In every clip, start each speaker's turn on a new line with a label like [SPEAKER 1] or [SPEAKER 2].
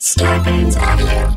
[SPEAKER 1] Scorpions Audio.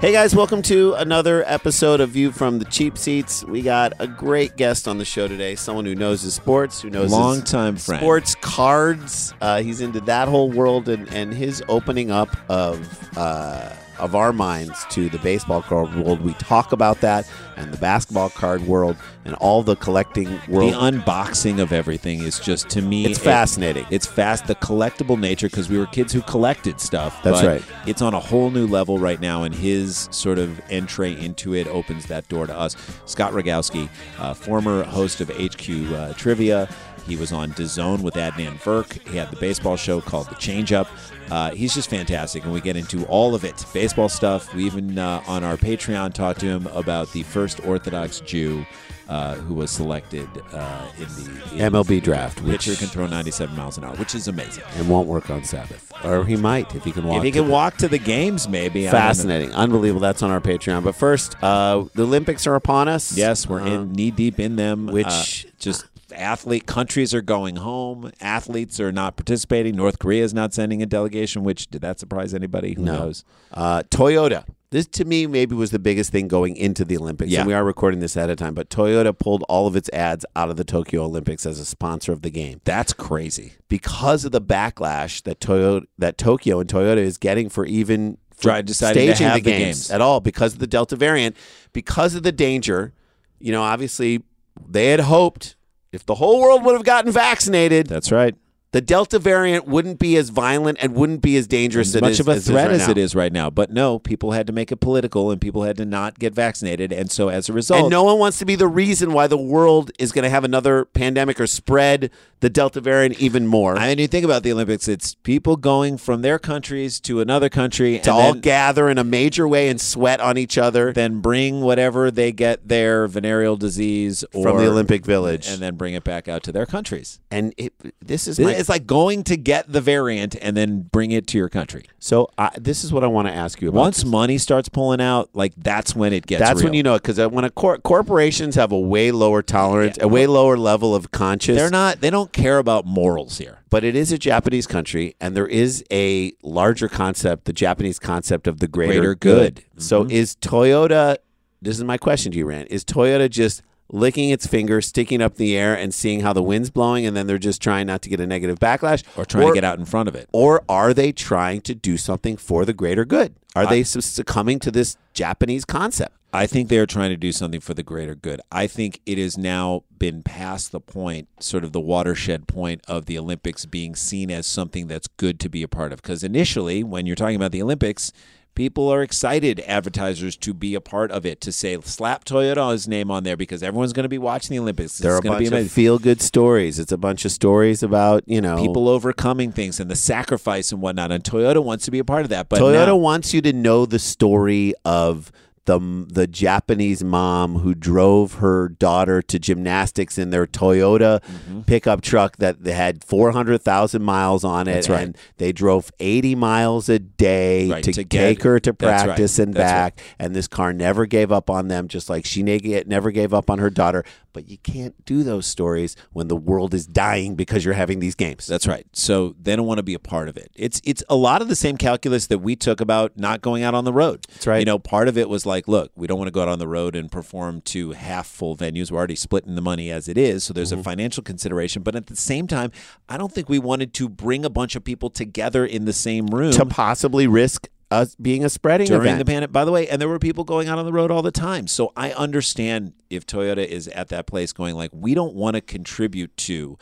[SPEAKER 2] Hey guys, welcome to another episode of View from the Cheap Seats. We got a great guest on the show today, someone who knows his sports, who knows
[SPEAKER 3] Longtime
[SPEAKER 2] his
[SPEAKER 3] friend.
[SPEAKER 2] sports cards. Uh, he's into that whole world, and, and his opening up of uh, of our minds to the baseball card world. We talk about that and the basketball card world and all the collecting world.
[SPEAKER 3] The unboxing of everything is just to me.
[SPEAKER 2] It's fascinating.
[SPEAKER 3] it's fast. The collectible nature because we were kids who collected stuff.
[SPEAKER 2] That's
[SPEAKER 3] but
[SPEAKER 2] right.
[SPEAKER 3] It's on a whole new level right now, and his sort of entree into it opens that door to us. Scott Rogowski, uh, former host of HQ uh, Trivia. He was on DAZN with Adnan Verk. He had the baseball show called The Change Up. Uh, he's just fantastic, and we get into all of it baseball stuff. We even uh, on our Patreon talked to him about the first Orthodox Jew uh, who was selected uh, in the in
[SPEAKER 2] MLB draft, which-
[SPEAKER 3] Pitcher can throw 97 miles an hour, which is amazing.
[SPEAKER 2] and won't work on Sabbath, or he might if he can walk.
[SPEAKER 3] If he
[SPEAKER 2] to
[SPEAKER 3] can walk to the games, maybe I don't know.
[SPEAKER 2] Fascinating, unbelievable. That's on our Patreon. But first, uh, the Olympics are upon us.
[SPEAKER 3] Yes, we're
[SPEAKER 2] Um,
[SPEAKER 3] in knee deep in them.
[SPEAKER 2] which-
[SPEAKER 3] uh, just athlete countries are going home. Athletes are not participating. North Korea is not sending a delegation. Which did that surprise anybody? Who
[SPEAKER 2] No.
[SPEAKER 3] knows?
[SPEAKER 2] Uh, Toyota. This to me maybe was the biggest thing going into the Olympics.
[SPEAKER 3] Yeah.
[SPEAKER 2] And we are recording this ahead of time, but Toyota pulled all of its ads out of the Tokyo Olympics as a sponsor of the game
[SPEAKER 3] That's crazy.
[SPEAKER 2] because of the backlash that Toyota that Tokyo and Toyota is getting for even for
[SPEAKER 3] Try- deciding to
[SPEAKER 2] staging
[SPEAKER 3] have
[SPEAKER 2] the
[SPEAKER 3] the
[SPEAKER 2] games,
[SPEAKER 3] games.
[SPEAKER 2] at all because of the Delta variant, because of the danger. You know, obviously they had hoped if the whole world would have gotten vaccinated,
[SPEAKER 3] That's right.
[SPEAKER 2] the Delta variant wouldn't be as violent and wouldn't be as dangerous
[SPEAKER 3] as
[SPEAKER 2] it
[SPEAKER 3] much
[SPEAKER 2] is-
[SPEAKER 3] of a threat
[SPEAKER 2] right
[SPEAKER 3] as, it
[SPEAKER 2] now.
[SPEAKER 3] is right now. But no, people had to make it political, and people had to not get vaccinated, and so as a result,
[SPEAKER 2] And no one wants to be the reason why the world is going to have another pandemic or spread the Delta variant even more.
[SPEAKER 3] I mean, you think about the Olympics, it's people going from their countries to another country
[SPEAKER 2] to
[SPEAKER 3] and
[SPEAKER 2] all
[SPEAKER 3] then,
[SPEAKER 2] gather in a major way and sweat on each other
[SPEAKER 3] then bring whatever they get their venereal disease or,
[SPEAKER 2] from the Olympic Village.
[SPEAKER 3] and then bring it back out to their countries.
[SPEAKER 2] And it, this is my,
[SPEAKER 3] It's like going to get the variant and then bring it to your country.
[SPEAKER 2] so. I, this is what I want to ask you about.
[SPEAKER 3] Once
[SPEAKER 2] this.
[SPEAKER 3] money starts pulling out, like that's when it gets.
[SPEAKER 2] that's when
[SPEAKER 3] real.
[SPEAKER 2] you know it because when a cor- corporations have a way lower tolerance, a way lower level of conscious.
[SPEAKER 3] they're not. They don't care about morals here.
[SPEAKER 2] but it is a Japanese country, and there is a larger concept, the Japanese concept of the greater,
[SPEAKER 3] Greater good. Mm-hmm.
[SPEAKER 2] So is Toyota? This is my question to you, Rand. Is Toyota just licking its finger, sticking up in the air, and seeing how the wind's blowing, and then they're just trying not to get a negative backlash,
[SPEAKER 3] Or trying to get out in front of it.
[SPEAKER 2] Or are they trying to do something for the greater good? Are they succumbing to this Japanese concept?
[SPEAKER 3] I think they are trying to do something for the greater good. I think it has now been past the point, sort of the watershed point of the Olympics being seen as something that's good to be a part of. Because initially, when you're talking about the Olympics, people are excited, advertisers, to be a part of it, to say, slap Toyota's name on there because everyone's going to be watching the Olympics.
[SPEAKER 2] There are
[SPEAKER 3] it's
[SPEAKER 2] a
[SPEAKER 3] going to be
[SPEAKER 2] bunch
[SPEAKER 3] amazing.
[SPEAKER 2] of feel-good stories. It's a bunch of stories about you know
[SPEAKER 3] people overcoming things and the sacrifice and whatnot. And Toyota wants to be a part of that. But
[SPEAKER 2] Toyota
[SPEAKER 3] now-
[SPEAKER 2] wants you to know the story of the the Japanese mom who drove her daughter to gymnastics in their Toyota
[SPEAKER 3] Mm-hmm.
[SPEAKER 2] pickup truck that they had 400,000 miles on it
[SPEAKER 3] That's right.
[SPEAKER 2] and they drove 80 miles a day
[SPEAKER 3] Right,
[SPEAKER 2] to,
[SPEAKER 3] to get-
[SPEAKER 2] take her to
[SPEAKER 3] That's right.
[SPEAKER 2] practice and
[SPEAKER 3] That's
[SPEAKER 2] back
[SPEAKER 3] right.
[SPEAKER 2] and this car never gave up on them just like she neg- never gave up on her daughter but you can't do those stories when the world is dying because you're having these games
[SPEAKER 3] That's right. So they don't want to be a part of it. It's it's a lot of the same calculus that we took about not going out on the road. That's
[SPEAKER 2] right.
[SPEAKER 3] You know, part of it was like, look, we don't want to go out on the road and perform to half full venues. We're already splitting the money as it is, so there's
[SPEAKER 2] Mm-hmm.
[SPEAKER 3] a financial consideration. But at the same time, I don't think we wanted to bring a bunch of people together in the same room
[SPEAKER 2] to possibly risk us being a spreading
[SPEAKER 3] during
[SPEAKER 2] event.
[SPEAKER 3] the pandemic. By the way, and there were people going out on the road all the time. So I understand if Toyota is at that place going like, we don't want to contribute to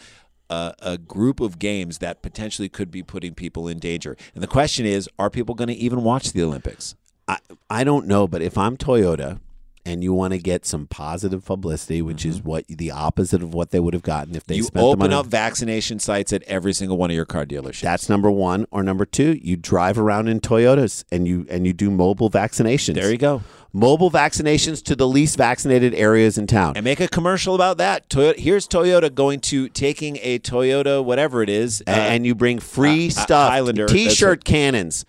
[SPEAKER 3] a, a group of games that potentially could be putting people in danger. And the question is, are people going to even watch the Olympics?
[SPEAKER 2] I I don't know, but if I'm Toyota and you want to get some positive publicity, which is what the opposite of what they would have gotten if they
[SPEAKER 3] Mm-hmm. you
[SPEAKER 2] spent the
[SPEAKER 3] open
[SPEAKER 2] money.
[SPEAKER 3] up vaccination sites at every single one of your car dealerships.
[SPEAKER 2] that's number one, or number two, you drive around in Toyotas and you and you do mobile vaccinations.
[SPEAKER 3] there you go.
[SPEAKER 2] Mobile vaccinations to the least vaccinated areas in town.
[SPEAKER 3] And make a commercial about that. Toyota, here's Toyota going to taking a Toyota, whatever it is. uh,
[SPEAKER 2] A- and you bring free
[SPEAKER 3] uh,
[SPEAKER 2] stuff,
[SPEAKER 3] Highlander, that's
[SPEAKER 2] t-shirt cannons.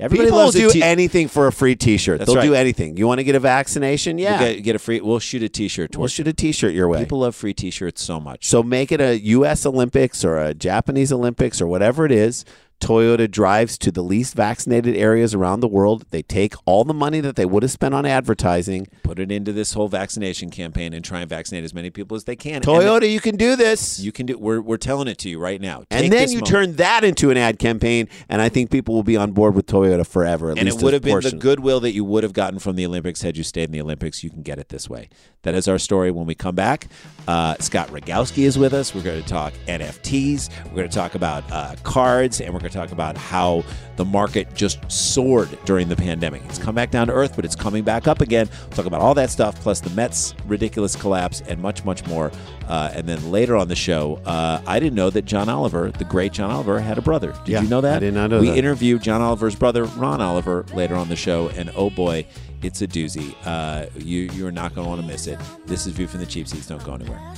[SPEAKER 3] Everybody
[SPEAKER 2] People
[SPEAKER 3] loves a
[SPEAKER 2] will do
[SPEAKER 3] t-
[SPEAKER 2] anything for a free t-shirt.
[SPEAKER 3] That's
[SPEAKER 2] They'll do
[SPEAKER 3] right.
[SPEAKER 2] anything. You want to get a vaccination?
[SPEAKER 3] we'll
[SPEAKER 2] Yeah,
[SPEAKER 3] get, get a free. We'll shoot a T-shirt.
[SPEAKER 2] we'll
[SPEAKER 3] Towards
[SPEAKER 2] shoot a t-shirt your way.
[SPEAKER 3] People love free T-shirts so much.
[SPEAKER 2] So make it a U.S. Olympics or a Japanese Olympics or whatever it is. Toyota drives to the least vaccinated areas around the world. They take all the money that they would have spent on advertising.
[SPEAKER 3] Put it into this whole vaccination campaign and try and vaccinate as many people as they can. And
[SPEAKER 2] Toyota, you can do this.
[SPEAKER 3] then you can do. We're, we're telling it to you right now. Take
[SPEAKER 2] and then
[SPEAKER 3] this
[SPEAKER 2] you
[SPEAKER 3] moment.
[SPEAKER 2] turn that into an ad campaign, and I think people will be on board with Toyota forever. At
[SPEAKER 3] and
[SPEAKER 2] least
[SPEAKER 3] it would have been the
[SPEAKER 2] portion.
[SPEAKER 3] goodwill that you would have gotten from the Olympics had you stayed in the Olympics. You can get it this way. That is our story. When we come back, uh, Scott Rogowski is with us. We're going to talk NFTs. We're going to talk about uh, cards, and we're going to talk about how the market just soared during the pandemic. It's come back down to earth, but it's coming back up again. We'll talk about all that stuff, plus the Mets' ridiculous collapse, and much, much more. Uh, and then later on the show, uh, I didn't know that John Oliver, the great John Oliver, had a brother. Did
[SPEAKER 2] Yeah,
[SPEAKER 3] you know that?
[SPEAKER 2] I did not know
[SPEAKER 3] we
[SPEAKER 2] that.
[SPEAKER 3] interview John Oliver's brother, Ron Oliver, later on the show. And oh boy, it's a doozy. Uh, you, you're not going to want to miss it. This is View from the Cheap Seats. Don't go anywhere.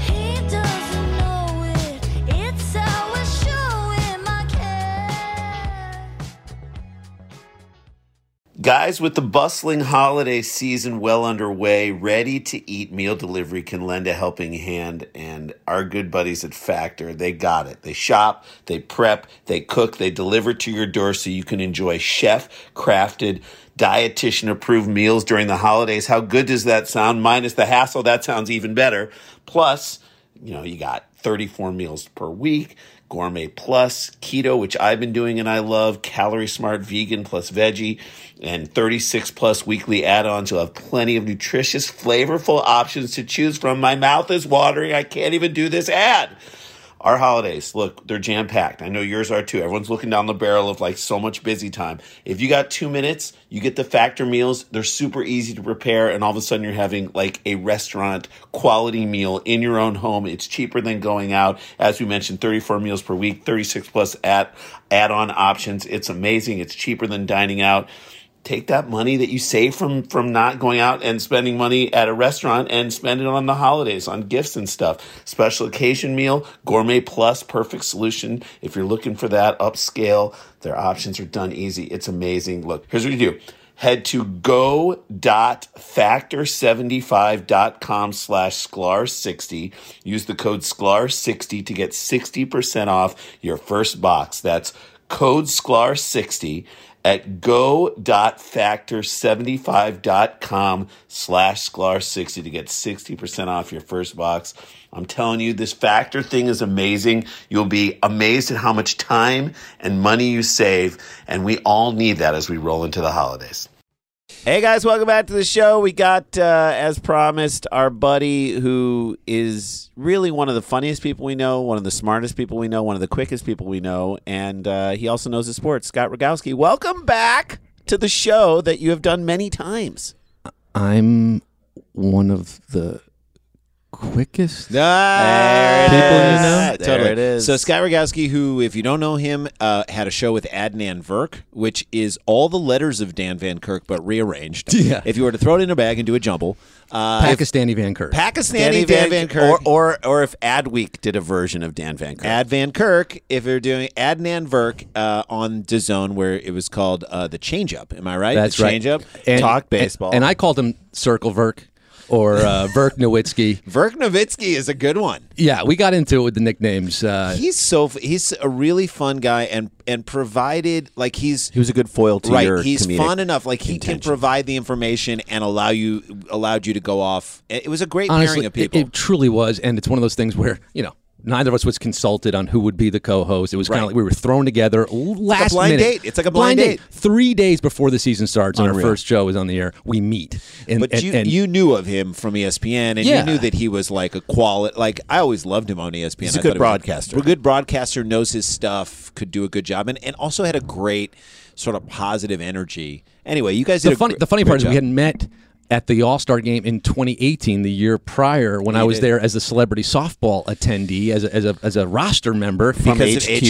[SPEAKER 1] He doesn't know it. It's how I show him I care.
[SPEAKER 2] Guys, with the bustling holiday season well underway, ready to eat meal delivery can lend a helping hand. And our good buddies at Factor, they got it. They shop, they prep, they cook, they deliver to your door so you can enjoy chef crafted, dietitian approved meals during the holidays. How good does that sound? Minus the hassle, that sounds even better. Plus, you know, you got 34 meals per week, gourmet plus, keto, which I've been doing and I love, calorie smart vegan plus veggie, and 36 plus weekly add ons. You'll have plenty of nutritious, flavorful options to choose from. My mouth is watering. I can't even do this ad. Our holidays, look, they're jam packed. I know yours are too. Everyone's looking down the barrel of like so much busy time. If you got two minutes, you get the factor meals. They're super easy to prepare, and all of a sudden you're having like a restaurant quality meal in your own home. It's cheaper than going out. As we mentioned, 34 meals per week, 36 plus add on options. It's amazing. It's cheaper than dining out take that money that you save from from not going out and spending money at a restaurant and spend it on the holidays on gifts and stuff special occasion meal gourmet plus perfect solution if you're looking for that upscale their options are done easy it's amazing look here's what you do head to go.factor75.com slash sklar60 use the code sklar60 to get 60% off your first box that's code sklar60 at go.factor75.com slash sklar60 to get 60% off your first box i'm telling you this factor thing is amazing you'll be amazed at how much time and money you save and we all need that as we roll into the holidays Hey guys, welcome back to the show. We got, uh, as promised, our buddy who is really one of the funniest people we know, one of the smartest people we know, one of the quickest people we know, and uh, he also knows his sports, Scott Rogowski. Welcome back to the show that you have done many times.
[SPEAKER 4] I'm one of the quickest.
[SPEAKER 3] Ah,
[SPEAKER 4] People you know?
[SPEAKER 2] There
[SPEAKER 3] totally.
[SPEAKER 2] it is.
[SPEAKER 3] So Scott Rogowski, who, if you don't know him, uh, had a show with Adnan Verk, which is all the letters of Dan Van Kirk but rearranged.
[SPEAKER 4] Yeah.
[SPEAKER 3] If you were to throw it in a bag and do a jumble, uh, if-
[SPEAKER 4] Pakistani Van Kirk.
[SPEAKER 3] Pakistani Dan Van Kirk
[SPEAKER 2] Or, or, or if Adweek did a version of Dan Van Kirk.
[SPEAKER 3] Ad Van Kirk, if you're doing Adnan Verk uh, on DAZN, where it was called uh, the Change Up. Am I right?
[SPEAKER 4] That's
[SPEAKER 3] the
[SPEAKER 4] right.
[SPEAKER 3] Change Up.
[SPEAKER 4] And-
[SPEAKER 2] Talk
[SPEAKER 4] and-
[SPEAKER 2] baseball.
[SPEAKER 4] And, I called him Circle Verk or uh, Verk Nowitzki.
[SPEAKER 3] Verk Nowitzki is a good one.
[SPEAKER 4] Yeah, we got into it with the nicknames. Uh,
[SPEAKER 3] He's so f- he's a really fun guy, and and provided like he's
[SPEAKER 2] he was a good foil to
[SPEAKER 3] right.
[SPEAKER 2] your
[SPEAKER 3] He's
[SPEAKER 2] comedic
[SPEAKER 3] fun enough. Like he
[SPEAKER 2] intention.
[SPEAKER 3] can provide the information and allow you allowed you to go off. It it was a great
[SPEAKER 4] honestly,
[SPEAKER 3] pairing of
[SPEAKER 4] it,
[SPEAKER 3] people.
[SPEAKER 4] it truly was. And it's one of those things where, you know, neither of us was consulted on who would be the co-host. It was kind
[SPEAKER 3] Right.
[SPEAKER 4] of like we were thrown together l- last
[SPEAKER 3] blind
[SPEAKER 4] minute.
[SPEAKER 3] date. It's like a blind date.
[SPEAKER 4] Three days before the season starts, and our
[SPEAKER 3] Unreal.
[SPEAKER 4] first show is on the air. We meet, and,
[SPEAKER 3] But
[SPEAKER 4] and-
[SPEAKER 3] you,
[SPEAKER 4] and
[SPEAKER 3] you knew of him from E ESPN, and
[SPEAKER 4] Yeah.
[SPEAKER 3] you knew that he was like a quality. Like I always loved him on E ESPN.
[SPEAKER 2] He's a good
[SPEAKER 3] I thought he was
[SPEAKER 2] broadcaster.
[SPEAKER 3] A good broadcaster knows his stuff, could do a good job, and, and also had a great sort of positive energy. Anyway, you guys did
[SPEAKER 4] the
[SPEAKER 3] a
[SPEAKER 4] funny
[SPEAKER 3] gr-
[SPEAKER 4] the funny
[SPEAKER 3] great
[SPEAKER 4] part is
[SPEAKER 3] job.
[SPEAKER 4] we had met at the All Star game in 2018, the year prior, when I was
[SPEAKER 3] did.
[SPEAKER 4] there as a celebrity softball attendee, as a, as a, as a roster member from
[SPEAKER 3] because of
[SPEAKER 4] HQ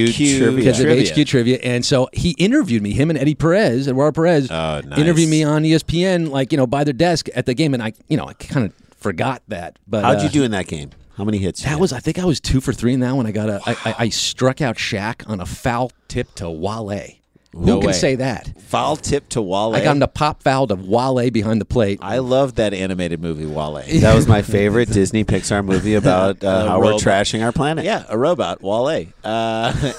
[SPEAKER 3] HQ
[SPEAKER 4] because
[SPEAKER 3] trivia.
[SPEAKER 4] of HQ trivia. And so he interviewed me, him and Eddie Perez, Eduardo Perez,
[SPEAKER 3] Oh, nice.
[SPEAKER 4] interviewed me on E ESPN, like you know, by their desk at the game, and I, you know, I kind of forgot that. But
[SPEAKER 2] How'd
[SPEAKER 4] uh,
[SPEAKER 2] you do in that game? How many hits? you
[SPEAKER 4] That
[SPEAKER 2] had?
[SPEAKER 4] was, I think, I was two for three in that one. I got a, I, I, I struck out Shaq on a foul tip to Wale.
[SPEAKER 3] No
[SPEAKER 4] Who can
[SPEAKER 3] way.
[SPEAKER 4] say that?
[SPEAKER 3] foul tip to Wale.
[SPEAKER 4] I got him to pop foul to Wale behind the plate.
[SPEAKER 3] I love that animated movie Wale.
[SPEAKER 2] Mm. That was my favorite Disney Pixar movie about uh, how we're
[SPEAKER 3] robot.
[SPEAKER 2] trashing our planet.
[SPEAKER 3] yeah, a robot Wale. Uh,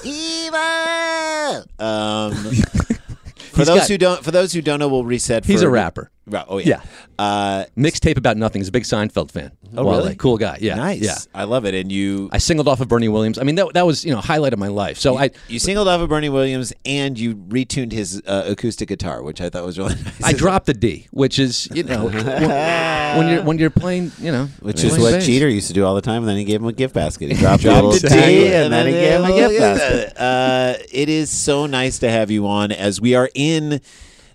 [SPEAKER 3] evil. Um, for those
[SPEAKER 4] He's got-
[SPEAKER 3] who don't, for those who don't know, we'll reset.
[SPEAKER 4] He's
[SPEAKER 3] for-
[SPEAKER 4] a rapper.
[SPEAKER 3] Ra- Oh yeah. Uh,
[SPEAKER 4] Mixtape about nothing. He's a big Seinfeld fan.
[SPEAKER 3] Oh,
[SPEAKER 4] Wale.
[SPEAKER 3] really?
[SPEAKER 4] Cool guy. Yeah.
[SPEAKER 3] nice.
[SPEAKER 4] Yeah.
[SPEAKER 3] I love it. And you,
[SPEAKER 4] I singled off of Bernie Williams. I mean, that, that was you know highlight of my life. So I
[SPEAKER 3] you singled off of Bernie Williams, and you retuned his uh, acoustic guitar, which I thought was really nice.
[SPEAKER 4] I dropped the D, which is you know when, when you're when you're playing you know
[SPEAKER 2] Which
[SPEAKER 4] playing
[SPEAKER 2] is what
[SPEAKER 4] bass.
[SPEAKER 2] Cheater used to do all the time, and then he gave him a gift basket. He dropped, a little
[SPEAKER 3] Dropped
[SPEAKER 2] tea,
[SPEAKER 3] a D,
[SPEAKER 2] and then he gave him a gift basket.
[SPEAKER 3] Uh, it is so nice to have you on as we are in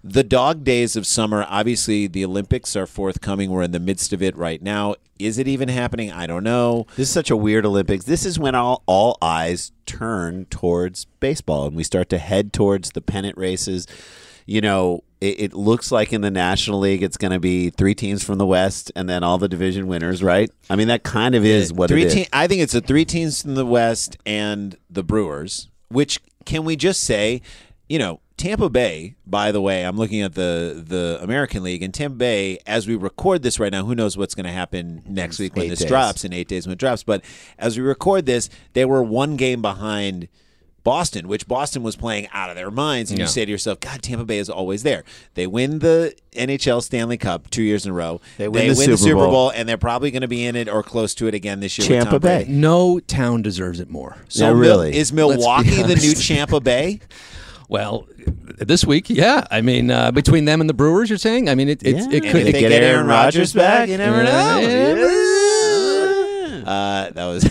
[SPEAKER 3] the dog days of summer. Obviously, the Olympics are forthcoming. We're in the midst of it right now. Is it even happening? I don't know.
[SPEAKER 2] This is such a weird Olympics. This is when all, all eyes turn towards baseball and we start to head towards the pennant races. You know, it, it looks like in the National League it's going to be three teams from the West and then all the division winners, right? I mean, that kind of is what
[SPEAKER 3] three
[SPEAKER 2] it is.
[SPEAKER 3] te- I think it's the three teams from the West and the Brewers. Which can we just say, you know, Tampa Bay. By the way, I'm looking at the the American League and Tampa Bay. As we record this right now, who knows what's going to happen next week when
[SPEAKER 2] Eight
[SPEAKER 3] this
[SPEAKER 2] days.
[SPEAKER 3] drops in eight days when it drops. But as we record this, they were one game behind. Boston, which Boston was playing out of their minds, and you
[SPEAKER 4] Yeah.
[SPEAKER 3] say to yourself, "God, Tampa Bay is always there." They win the NHL Stanley Cup two years in a row.
[SPEAKER 2] They win the Super Bowl.
[SPEAKER 3] and they're probably going to be in it or close to it again this year. with
[SPEAKER 2] Tampa
[SPEAKER 3] Tom Brady.
[SPEAKER 2] Bay.
[SPEAKER 4] No town deserves it more.
[SPEAKER 3] So
[SPEAKER 2] Yeah,
[SPEAKER 3] Mil-
[SPEAKER 2] really.
[SPEAKER 3] is
[SPEAKER 4] be
[SPEAKER 3] Milwaukee the new
[SPEAKER 4] honest.
[SPEAKER 3] Tampa Bay?
[SPEAKER 4] Well, this week, yeah. I mean, uh, between them and the Brewers, you're saying? I mean, it it's, it
[SPEAKER 2] Yeah.
[SPEAKER 4] could
[SPEAKER 2] If
[SPEAKER 3] If
[SPEAKER 2] they
[SPEAKER 4] it
[SPEAKER 3] they get, Aaron
[SPEAKER 2] Rodgers
[SPEAKER 3] Rodgers back,
[SPEAKER 2] back,
[SPEAKER 3] you never
[SPEAKER 4] you
[SPEAKER 3] know.
[SPEAKER 4] never
[SPEAKER 3] Uh, that was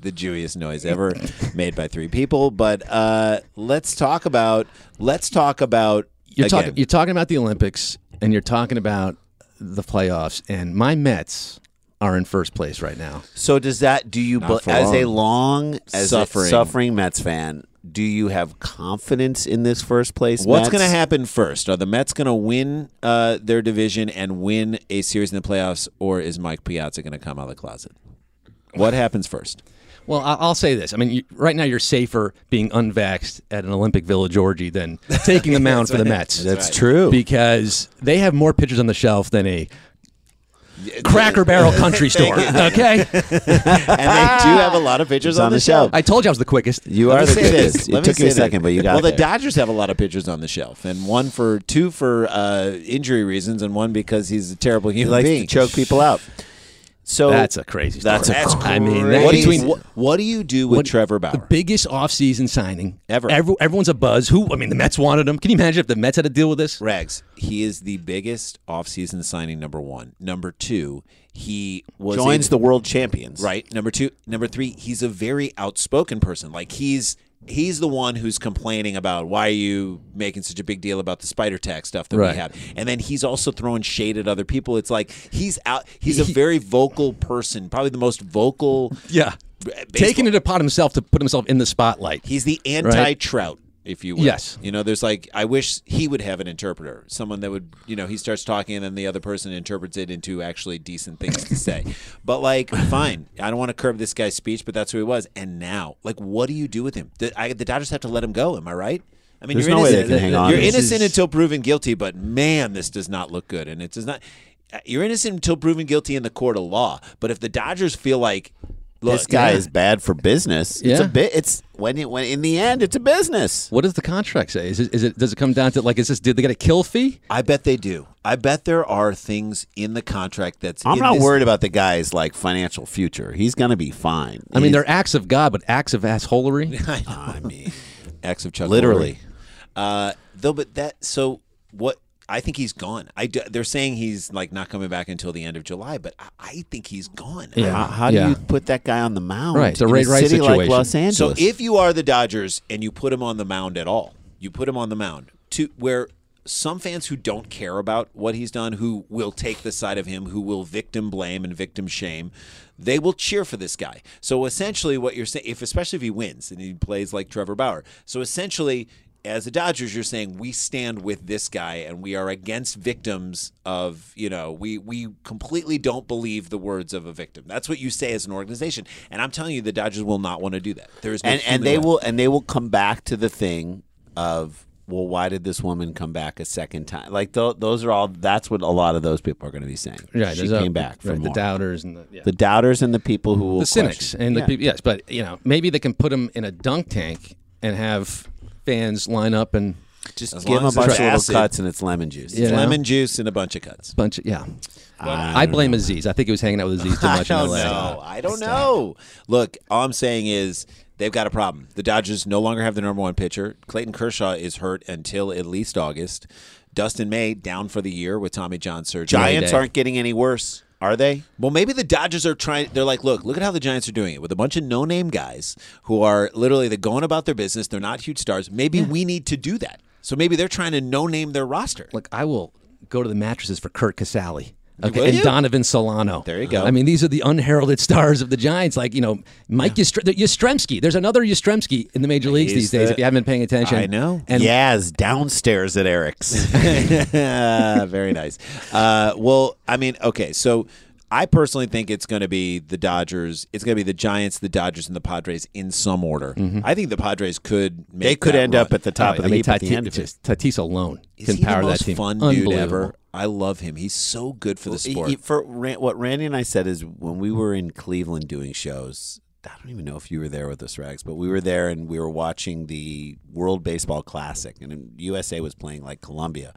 [SPEAKER 3] the jewiest noise ever made by three people. But uh, let's talk about let's talk about
[SPEAKER 4] You're
[SPEAKER 3] again,
[SPEAKER 4] talking. You're talking about the Olympics, and you're talking about the playoffs. And my Mets are in first place right now.
[SPEAKER 2] So does that do you bel-
[SPEAKER 3] for
[SPEAKER 2] as a long as suffering.
[SPEAKER 3] Suffering.
[SPEAKER 2] A suffering Mets fan? Do you have confidence in this first place?
[SPEAKER 3] What's
[SPEAKER 2] Mets?
[SPEAKER 3] going to happen first? Are the Mets going to win uh, their division and win a series in the playoffs, or is Mike Piazza going to come out of the closet? What happens first?
[SPEAKER 4] Well, I- I'll say this. I mean, you, right now you're safer being unvaxxed at an Olympic Village orgy than taking the mound for the Mets.
[SPEAKER 2] That's true.
[SPEAKER 4] because they have more pitchers on the shelf than a Cracker Barrel country store. Okay,
[SPEAKER 3] and they do have a lot of pitchers
[SPEAKER 2] Ah! It's on the shelf.
[SPEAKER 4] I told you I was the quickest.
[SPEAKER 2] You
[SPEAKER 3] Let
[SPEAKER 2] are
[SPEAKER 3] me
[SPEAKER 2] the
[SPEAKER 3] say this.
[SPEAKER 2] quickest.
[SPEAKER 3] Let
[SPEAKER 2] It
[SPEAKER 3] me
[SPEAKER 2] took you a
[SPEAKER 3] say this.
[SPEAKER 2] second, but you got
[SPEAKER 3] Well,
[SPEAKER 2] there.
[SPEAKER 3] the Dodgers have a lot of pitchers on the shelf, and one for two for uh, injury reasons, and one because he's a terrible
[SPEAKER 2] He
[SPEAKER 3] human
[SPEAKER 2] likes to
[SPEAKER 3] being.
[SPEAKER 2] choke people out. So
[SPEAKER 4] That's a crazy. Story.
[SPEAKER 2] That's a
[SPEAKER 4] I mean, that-
[SPEAKER 3] What do,
[SPEAKER 4] between
[SPEAKER 3] you, what, what do you do with
[SPEAKER 4] What-
[SPEAKER 3] Trevor
[SPEAKER 4] the
[SPEAKER 3] Bauer?
[SPEAKER 4] biggest offseason signing
[SPEAKER 3] Ever.
[SPEAKER 4] Every- everyone's a buzz. Who? I mean, the Mets wanted him. Can you imagine if the Mets had to deal with this?
[SPEAKER 3] Rags, he is the biggest offseason signing. Number one, number two, he was
[SPEAKER 2] joins
[SPEAKER 3] a-
[SPEAKER 2] the world champions.
[SPEAKER 3] Right. Number two, number three, he's a very outspoken person. Like he's he's the one who's complaining about why are you making such a big deal about the spider tax stuff that
[SPEAKER 4] Right.
[SPEAKER 3] we have, and then he's also throwing shade at other people. It's like he's out. He's a very vocal person, probably the most vocal.
[SPEAKER 4] Yeah.
[SPEAKER 3] Baseball.
[SPEAKER 4] Taking it upon himself to put himself in the spotlight.
[SPEAKER 3] He's the anti Trout, if you will.
[SPEAKER 4] Yes.
[SPEAKER 3] You know, there's like I wish he would have an interpreter, someone that would, you know, he starts talking and then the other person interprets it into actually decent things to say. But like, fine, I don't want to curb this guy's speech, but that's who he was. And now, like, what do you do with him? The, I, the Dodgers have to let him go. Am I right? I mean,
[SPEAKER 2] There's
[SPEAKER 3] you're
[SPEAKER 2] no way they
[SPEAKER 3] innocent.
[SPEAKER 2] can hang on.
[SPEAKER 3] You're
[SPEAKER 2] This
[SPEAKER 3] innocent
[SPEAKER 2] is-
[SPEAKER 3] until proven guilty, but man, this does not uh, look good, and it does not. You're innocent until proven guilty in the court of law. But if the Dodgers feel like
[SPEAKER 2] this guy
[SPEAKER 4] yeah.
[SPEAKER 2] is bad for business. It's a
[SPEAKER 4] Yeah.
[SPEAKER 2] bit. It's when it when in the end, it's a business.
[SPEAKER 4] What does the contract say? Is it, is it does it come down to like is this did they get a kill fee?
[SPEAKER 3] I bet they do. I bet there are things in the contract that's.
[SPEAKER 2] I'm
[SPEAKER 3] in
[SPEAKER 2] not
[SPEAKER 3] this-
[SPEAKER 2] worried about the guy's like financial future. He's gonna be fine.
[SPEAKER 4] I mean,
[SPEAKER 2] He's-
[SPEAKER 4] they're acts of God, but acts of assholery.
[SPEAKER 3] I, know. I mean, acts of chuckle.
[SPEAKER 2] Literally.
[SPEAKER 3] Uh, though, but that so what? I think he's gone. I d- they're saying he's like not coming back until the end of July, but I, I think he's gone.
[SPEAKER 2] How, how do
[SPEAKER 4] Yeah.
[SPEAKER 2] you put that guy on the mound?
[SPEAKER 4] Right, it's a
[SPEAKER 2] in
[SPEAKER 4] Ray
[SPEAKER 2] a
[SPEAKER 4] Rice
[SPEAKER 2] city like
[SPEAKER 4] situation.
[SPEAKER 2] Los Angeles.
[SPEAKER 3] So if you are the Dodgers and you put him on the mound at all, you put him on the mound to where some fans who don't care about what he's done, who will take the side of him, who will victim blame and victim shame, they will cheer for this guy. So essentially, what you're saying, if especially if he wins and he plays like Trevor Bauer, so essentially. As the Dodgers, you're saying we stand with this guy and we are against victims of, you know, we we completely don't believe the words of a victim. That's what you say as an organization. And I'm telling you, the Dodgers will not want to do that. There is
[SPEAKER 2] and
[SPEAKER 3] human
[SPEAKER 2] and they
[SPEAKER 3] way.
[SPEAKER 2] will and they will come back to the thing of well, why did this woman come back a second time? Like tho- those are all. That's what a lot of those people are going to be saying.
[SPEAKER 4] Right,
[SPEAKER 2] she
[SPEAKER 4] there's a-
[SPEAKER 2] came back for
[SPEAKER 4] right, the
[SPEAKER 2] more.
[SPEAKER 4] doubters and the yeah.
[SPEAKER 2] the doubters and the people who will
[SPEAKER 4] the cynics
[SPEAKER 2] question.
[SPEAKER 4] and the
[SPEAKER 2] Yeah.
[SPEAKER 4] people. Yes, but you know, maybe they can put him in a dunk tank and have fans line up and
[SPEAKER 3] just
[SPEAKER 2] Give them a bunch of little cuts and it's lemon juice.
[SPEAKER 4] you know,
[SPEAKER 3] lemon juice, and a bunch of cuts.
[SPEAKER 4] bunch. Of, yeah, I, blame Aziz. I think he was hanging out with Aziz too much.
[SPEAKER 3] I
[SPEAKER 4] in
[SPEAKER 3] don't
[SPEAKER 4] LA.
[SPEAKER 3] know. I don't know. Look, all I'm saying is they've got a problem. The Dodgers no longer have the number one pitcher. Clayton Kershaw is hurt until at least August. Dustin May down for the year with Tommy John surgery.
[SPEAKER 2] Giants
[SPEAKER 4] Mayday.
[SPEAKER 2] aren't getting any worse, are they?
[SPEAKER 3] Well, maybe the Dodgers are trying. They're like, look, look at how the Giants are doing it with a bunch of no-name guys who are literally they're going about their business. They're not huge stars. Maybe we need to do that. So maybe they're trying to no-name their roster.
[SPEAKER 4] Like I will go to the mattresses for Kurt Casale.
[SPEAKER 3] will?
[SPEAKER 4] Okay, and
[SPEAKER 3] You?
[SPEAKER 4] Donovan Solano.
[SPEAKER 3] There you go.
[SPEAKER 4] I mean, these are the unheralded stars of the Giants. Like you know, Mike Yastre- Yastrzemski. There's another Yastrzemski in the major leagues
[SPEAKER 3] He's
[SPEAKER 4] these days.
[SPEAKER 3] the-
[SPEAKER 4] if you haven't been paying attention,
[SPEAKER 3] I know.
[SPEAKER 4] And
[SPEAKER 2] Yaz downstairs at Eric's.
[SPEAKER 3] Very nice. Uh, well, I mean, okay, so I personally think it's going to be the Dodgers. It's going to be the Giants, the Dodgers, and the Padres in some order. I think the Padres could. Make
[SPEAKER 2] Mm-hmm. they could
[SPEAKER 3] that
[SPEAKER 2] end
[SPEAKER 3] run. Oh,
[SPEAKER 2] up at the top
[SPEAKER 4] I
[SPEAKER 2] of the
[SPEAKER 4] mean,
[SPEAKER 2] heap at the
[SPEAKER 4] Tati-
[SPEAKER 2] end of it.
[SPEAKER 4] just Tatis alone
[SPEAKER 3] Is
[SPEAKER 4] can
[SPEAKER 3] he
[SPEAKER 4] power
[SPEAKER 3] the most
[SPEAKER 4] that team.
[SPEAKER 3] fun dude
[SPEAKER 4] Unbelievable.
[SPEAKER 3] ever? I love him. He's so good for the sport.
[SPEAKER 2] He- for Ran- what Randy and I said is when we were in Cleveland doing shows. I don't even know if you were there with us, Rags, but we were there and we were watching the World Baseball Classic, and USA was playing like Colombia,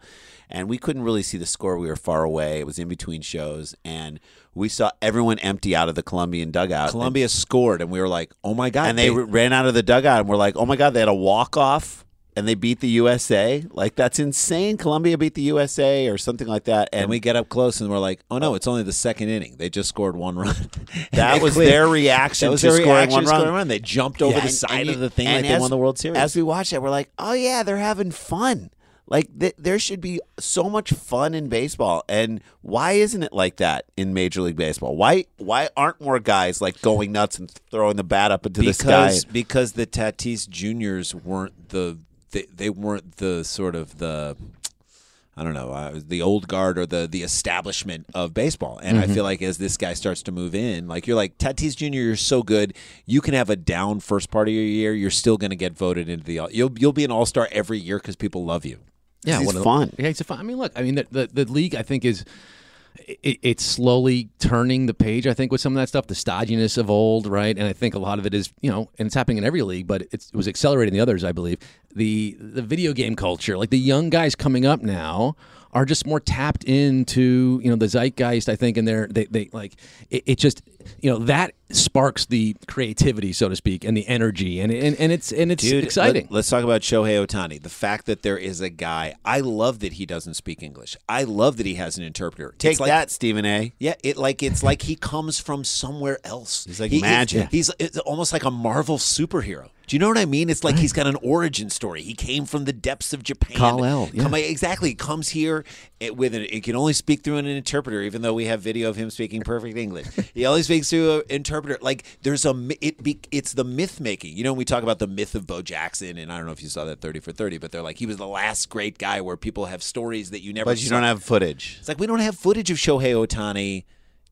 [SPEAKER 2] and we couldn't really see the score. We were far away. It was in between shows, and we saw everyone empty out of the Colombian dugout. and
[SPEAKER 3] Columbia scored, and we were like, "Oh my god!"
[SPEAKER 2] and they r- ran out of the dugout and were like, "Oh my god, they had a walk off and they beat the USA! Like that's insane! Colombia beat the USA or something like that." And,
[SPEAKER 3] and we get up close, and we're like, "Oh no, it's only the second inning. They just scored one run."
[SPEAKER 2] that
[SPEAKER 3] And
[SPEAKER 2] was
[SPEAKER 3] they-
[SPEAKER 2] their reaction
[SPEAKER 3] That was
[SPEAKER 2] to
[SPEAKER 3] their
[SPEAKER 2] scoring
[SPEAKER 3] reaction
[SPEAKER 2] one
[SPEAKER 3] to scoring
[SPEAKER 2] run.
[SPEAKER 3] They jumped over
[SPEAKER 2] Yeah,
[SPEAKER 3] the
[SPEAKER 2] and-
[SPEAKER 3] side
[SPEAKER 2] and
[SPEAKER 3] of
[SPEAKER 2] you-
[SPEAKER 3] the thing
[SPEAKER 2] and
[SPEAKER 3] like they
[SPEAKER 2] as-
[SPEAKER 3] won the World Series.
[SPEAKER 2] As we watched that, we're like, "Oh yeah, they're having fun." Like th- there should be so much fun in baseball, and why isn't it like that in Major League Baseball? Why why aren't more guys like going nuts and throwing the bat up into the sky?
[SPEAKER 3] because because the Tatis Juniors weren't the they, they weren't the sort of the I don't know uh, the old guard or the the establishment of baseball, and I feel like as this guy starts to move in, like you're like Tatis Jr. You're so good, you can have a down first part of your year, you're still going to get voted into the all- you'll you'll be an all star every year because people love you.
[SPEAKER 4] Yeah,
[SPEAKER 2] He's
[SPEAKER 4] one of the-
[SPEAKER 2] fun.
[SPEAKER 4] Yeah, he's a fun. I mean, look, I mean, the the, the league, I think, is it, it's slowly turning the page. I think with some of that stuff, the stodginess of old, right? And I think a lot of it is, you know, and it's happening in every league, but it's, it was accelerating the others, I believe. The the video game culture, like the young guys coming up now. Are just more tapped into you know the zeitgeist, I think, and they're they, they like it, it. just you know that sparks the creativity, so to speak, and the energy, and and, and it's and it's
[SPEAKER 3] Dude,
[SPEAKER 4] exciting.
[SPEAKER 3] Let, us talk about Shohei Otani. The fact that there is a guy, I love that he doesn't speak English. I love that he has an interpreter. It's
[SPEAKER 2] Take
[SPEAKER 3] like-
[SPEAKER 2] that, Stephen A.
[SPEAKER 3] Yeah, it like it's like he comes from somewhere else. He's
[SPEAKER 2] like magic.
[SPEAKER 3] He's it's almost like a Marvel superhero. Do you know what I mean? It's like he's got an origin story. He came from the depths of Japan.
[SPEAKER 4] Kal-El,
[SPEAKER 3] Come- exactly. He comes here it, with an, it can only speak through an interpreter. Even though we have video of him speaking perfect English, he only speaks through an interpreter. Like there's a mi- it be, it's the myth making. You know, when we talk about the myth of Bo Jackson, and I don't know if you saw that Thirty for Thirty, but they're like he was the last great guy where people have stories that you never.
[SPEAKER 2] But you
[SPEAKER 3] saw.
[SPEAKER 2] don't have footage.
[SPEAKER 3] It's like we don't have footage of Shohei Otani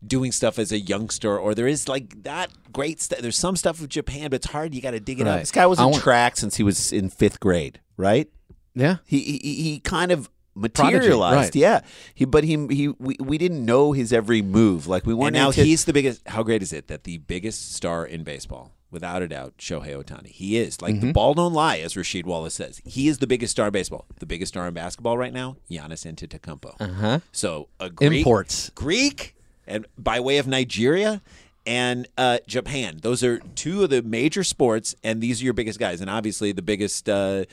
[SPEAKER 3] doing stuff as a youngster, or there is like that great stuff. There's some stuff of Japan, but it's hard. You got to dig it up.
[SPEAKER 2] This guy was
[SPEAKER 4] I
[SPEAKER 2] in
[SPEAKER 4] want-
[SPEAKER 2] track since he was in fifth grade, right?
[SPEAKER 4] yeah,
[SPEAKER 2] He he, he kind of materialized.
[SPEAKER 4] right.
[SPEAKER 2] Yeah, he but he he we, we didn't know his every move. Like we
[SPEAKER 3] And
[SPEAKER 2] weren't
[SPEAKER 3] now
[SPEAKER 2] anti-
[SPEAKER 3] he's the biggest. How great is it that the biggest star in baseball, without a doubt, Shohei Otani. He is like
[SPEAKER 2] Mm-hmm.
[SPEAKER 3] the ball don't lie, as Rasheed Wallace says. He is the biggest star in baseball. The biggest star in basketball right now, Giannis Antetokounmpo. Uh-huh. So a Greek,
[SPEAKER 4] Imports.
[SPEAKER 3] Greek, and by way of Nigeria. And uh, Japan; those are two of the major sports, and these are your biggest guys. And obviously, the biggest uh,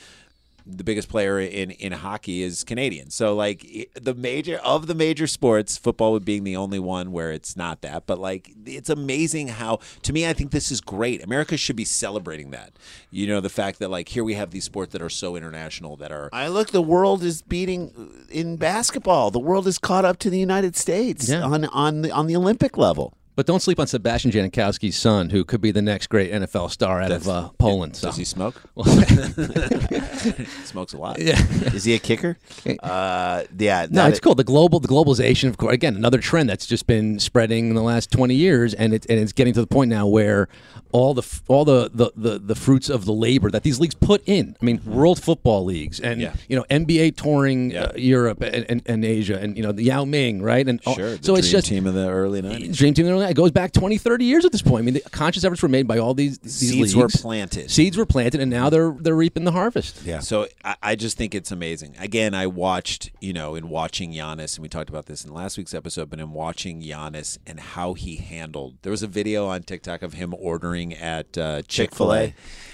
[SPEAKER 3] the biggest player in in hockey is Canadian. So like i- the major of the major sports, football would being the only one where it's not that. But like it's amazing how to me I think this is great. America should be celebrating that. You know the fact that like here we have these sports that are so international that are
[SPEAKER 2] I look. The world is beating in basketball. The world is caught up to the United States
[SPEAKER 4] Yeah.
[SPEAKER 2] on on the on the Olympic level.
[SPEAKER 4] But don't sleep on Sebastian Janikowski's son, who could be the next great NFL star out of uh, Poland. So.
[SPEAKER 3] does he smoke? Smokes a lot.
[SPEAKER 2] Is he a kicker? Uh, yeah.
[SPEAKER 4] No,
[SPEAKER 2] that-
[SPEAKER 4] it's cool. The global, the globalization, of course. Again, another trend that's just been spreading in the last twenty years, and it's and it's getting to the point now where all the f- all the the, the, the fruits of the labor that these leagues put in. I mean, World Football Leagues, and
[SPEAKER 3] Yeah.
[SPEAKER 4] you know, NBA touring uh,
[SPEAKER 3] Yeah.
[SPEAKER 4] Europe and, and, and Asia, and you know, the Yao Ming, right? And all-
[SPEAKER 3] Sure. The
[SPEAKER 4] so it's
[SPEAKER 3] dream
[SPEAKER 4] just
[SPEAKER 3] team of the early nineties.
[SPEAKER 4] dream team. It goes back 20, 30 years at this point. I mean, the conscious efforts were made by all these these
[SPEAKER 3] Seeds
[SPEAKER 4] leagues.
[SPEAKER 3] were planted.
[SPEAKER 4] Seeds were planted, and now they're they're reaping the harvest.
[SPEAKER 2] Yeah.
[SPEAKER 3] So I, I just think it's amazing. Again, I watched, you know, in watching Giannis, and we talked about this in last week's episode, but in watching Giannis and how he handled, there was a video on TikTok of him ordering at uh, Chick Fil
[SPEAKER 2] Chick-fil-A.
[SPEAKER 3] A.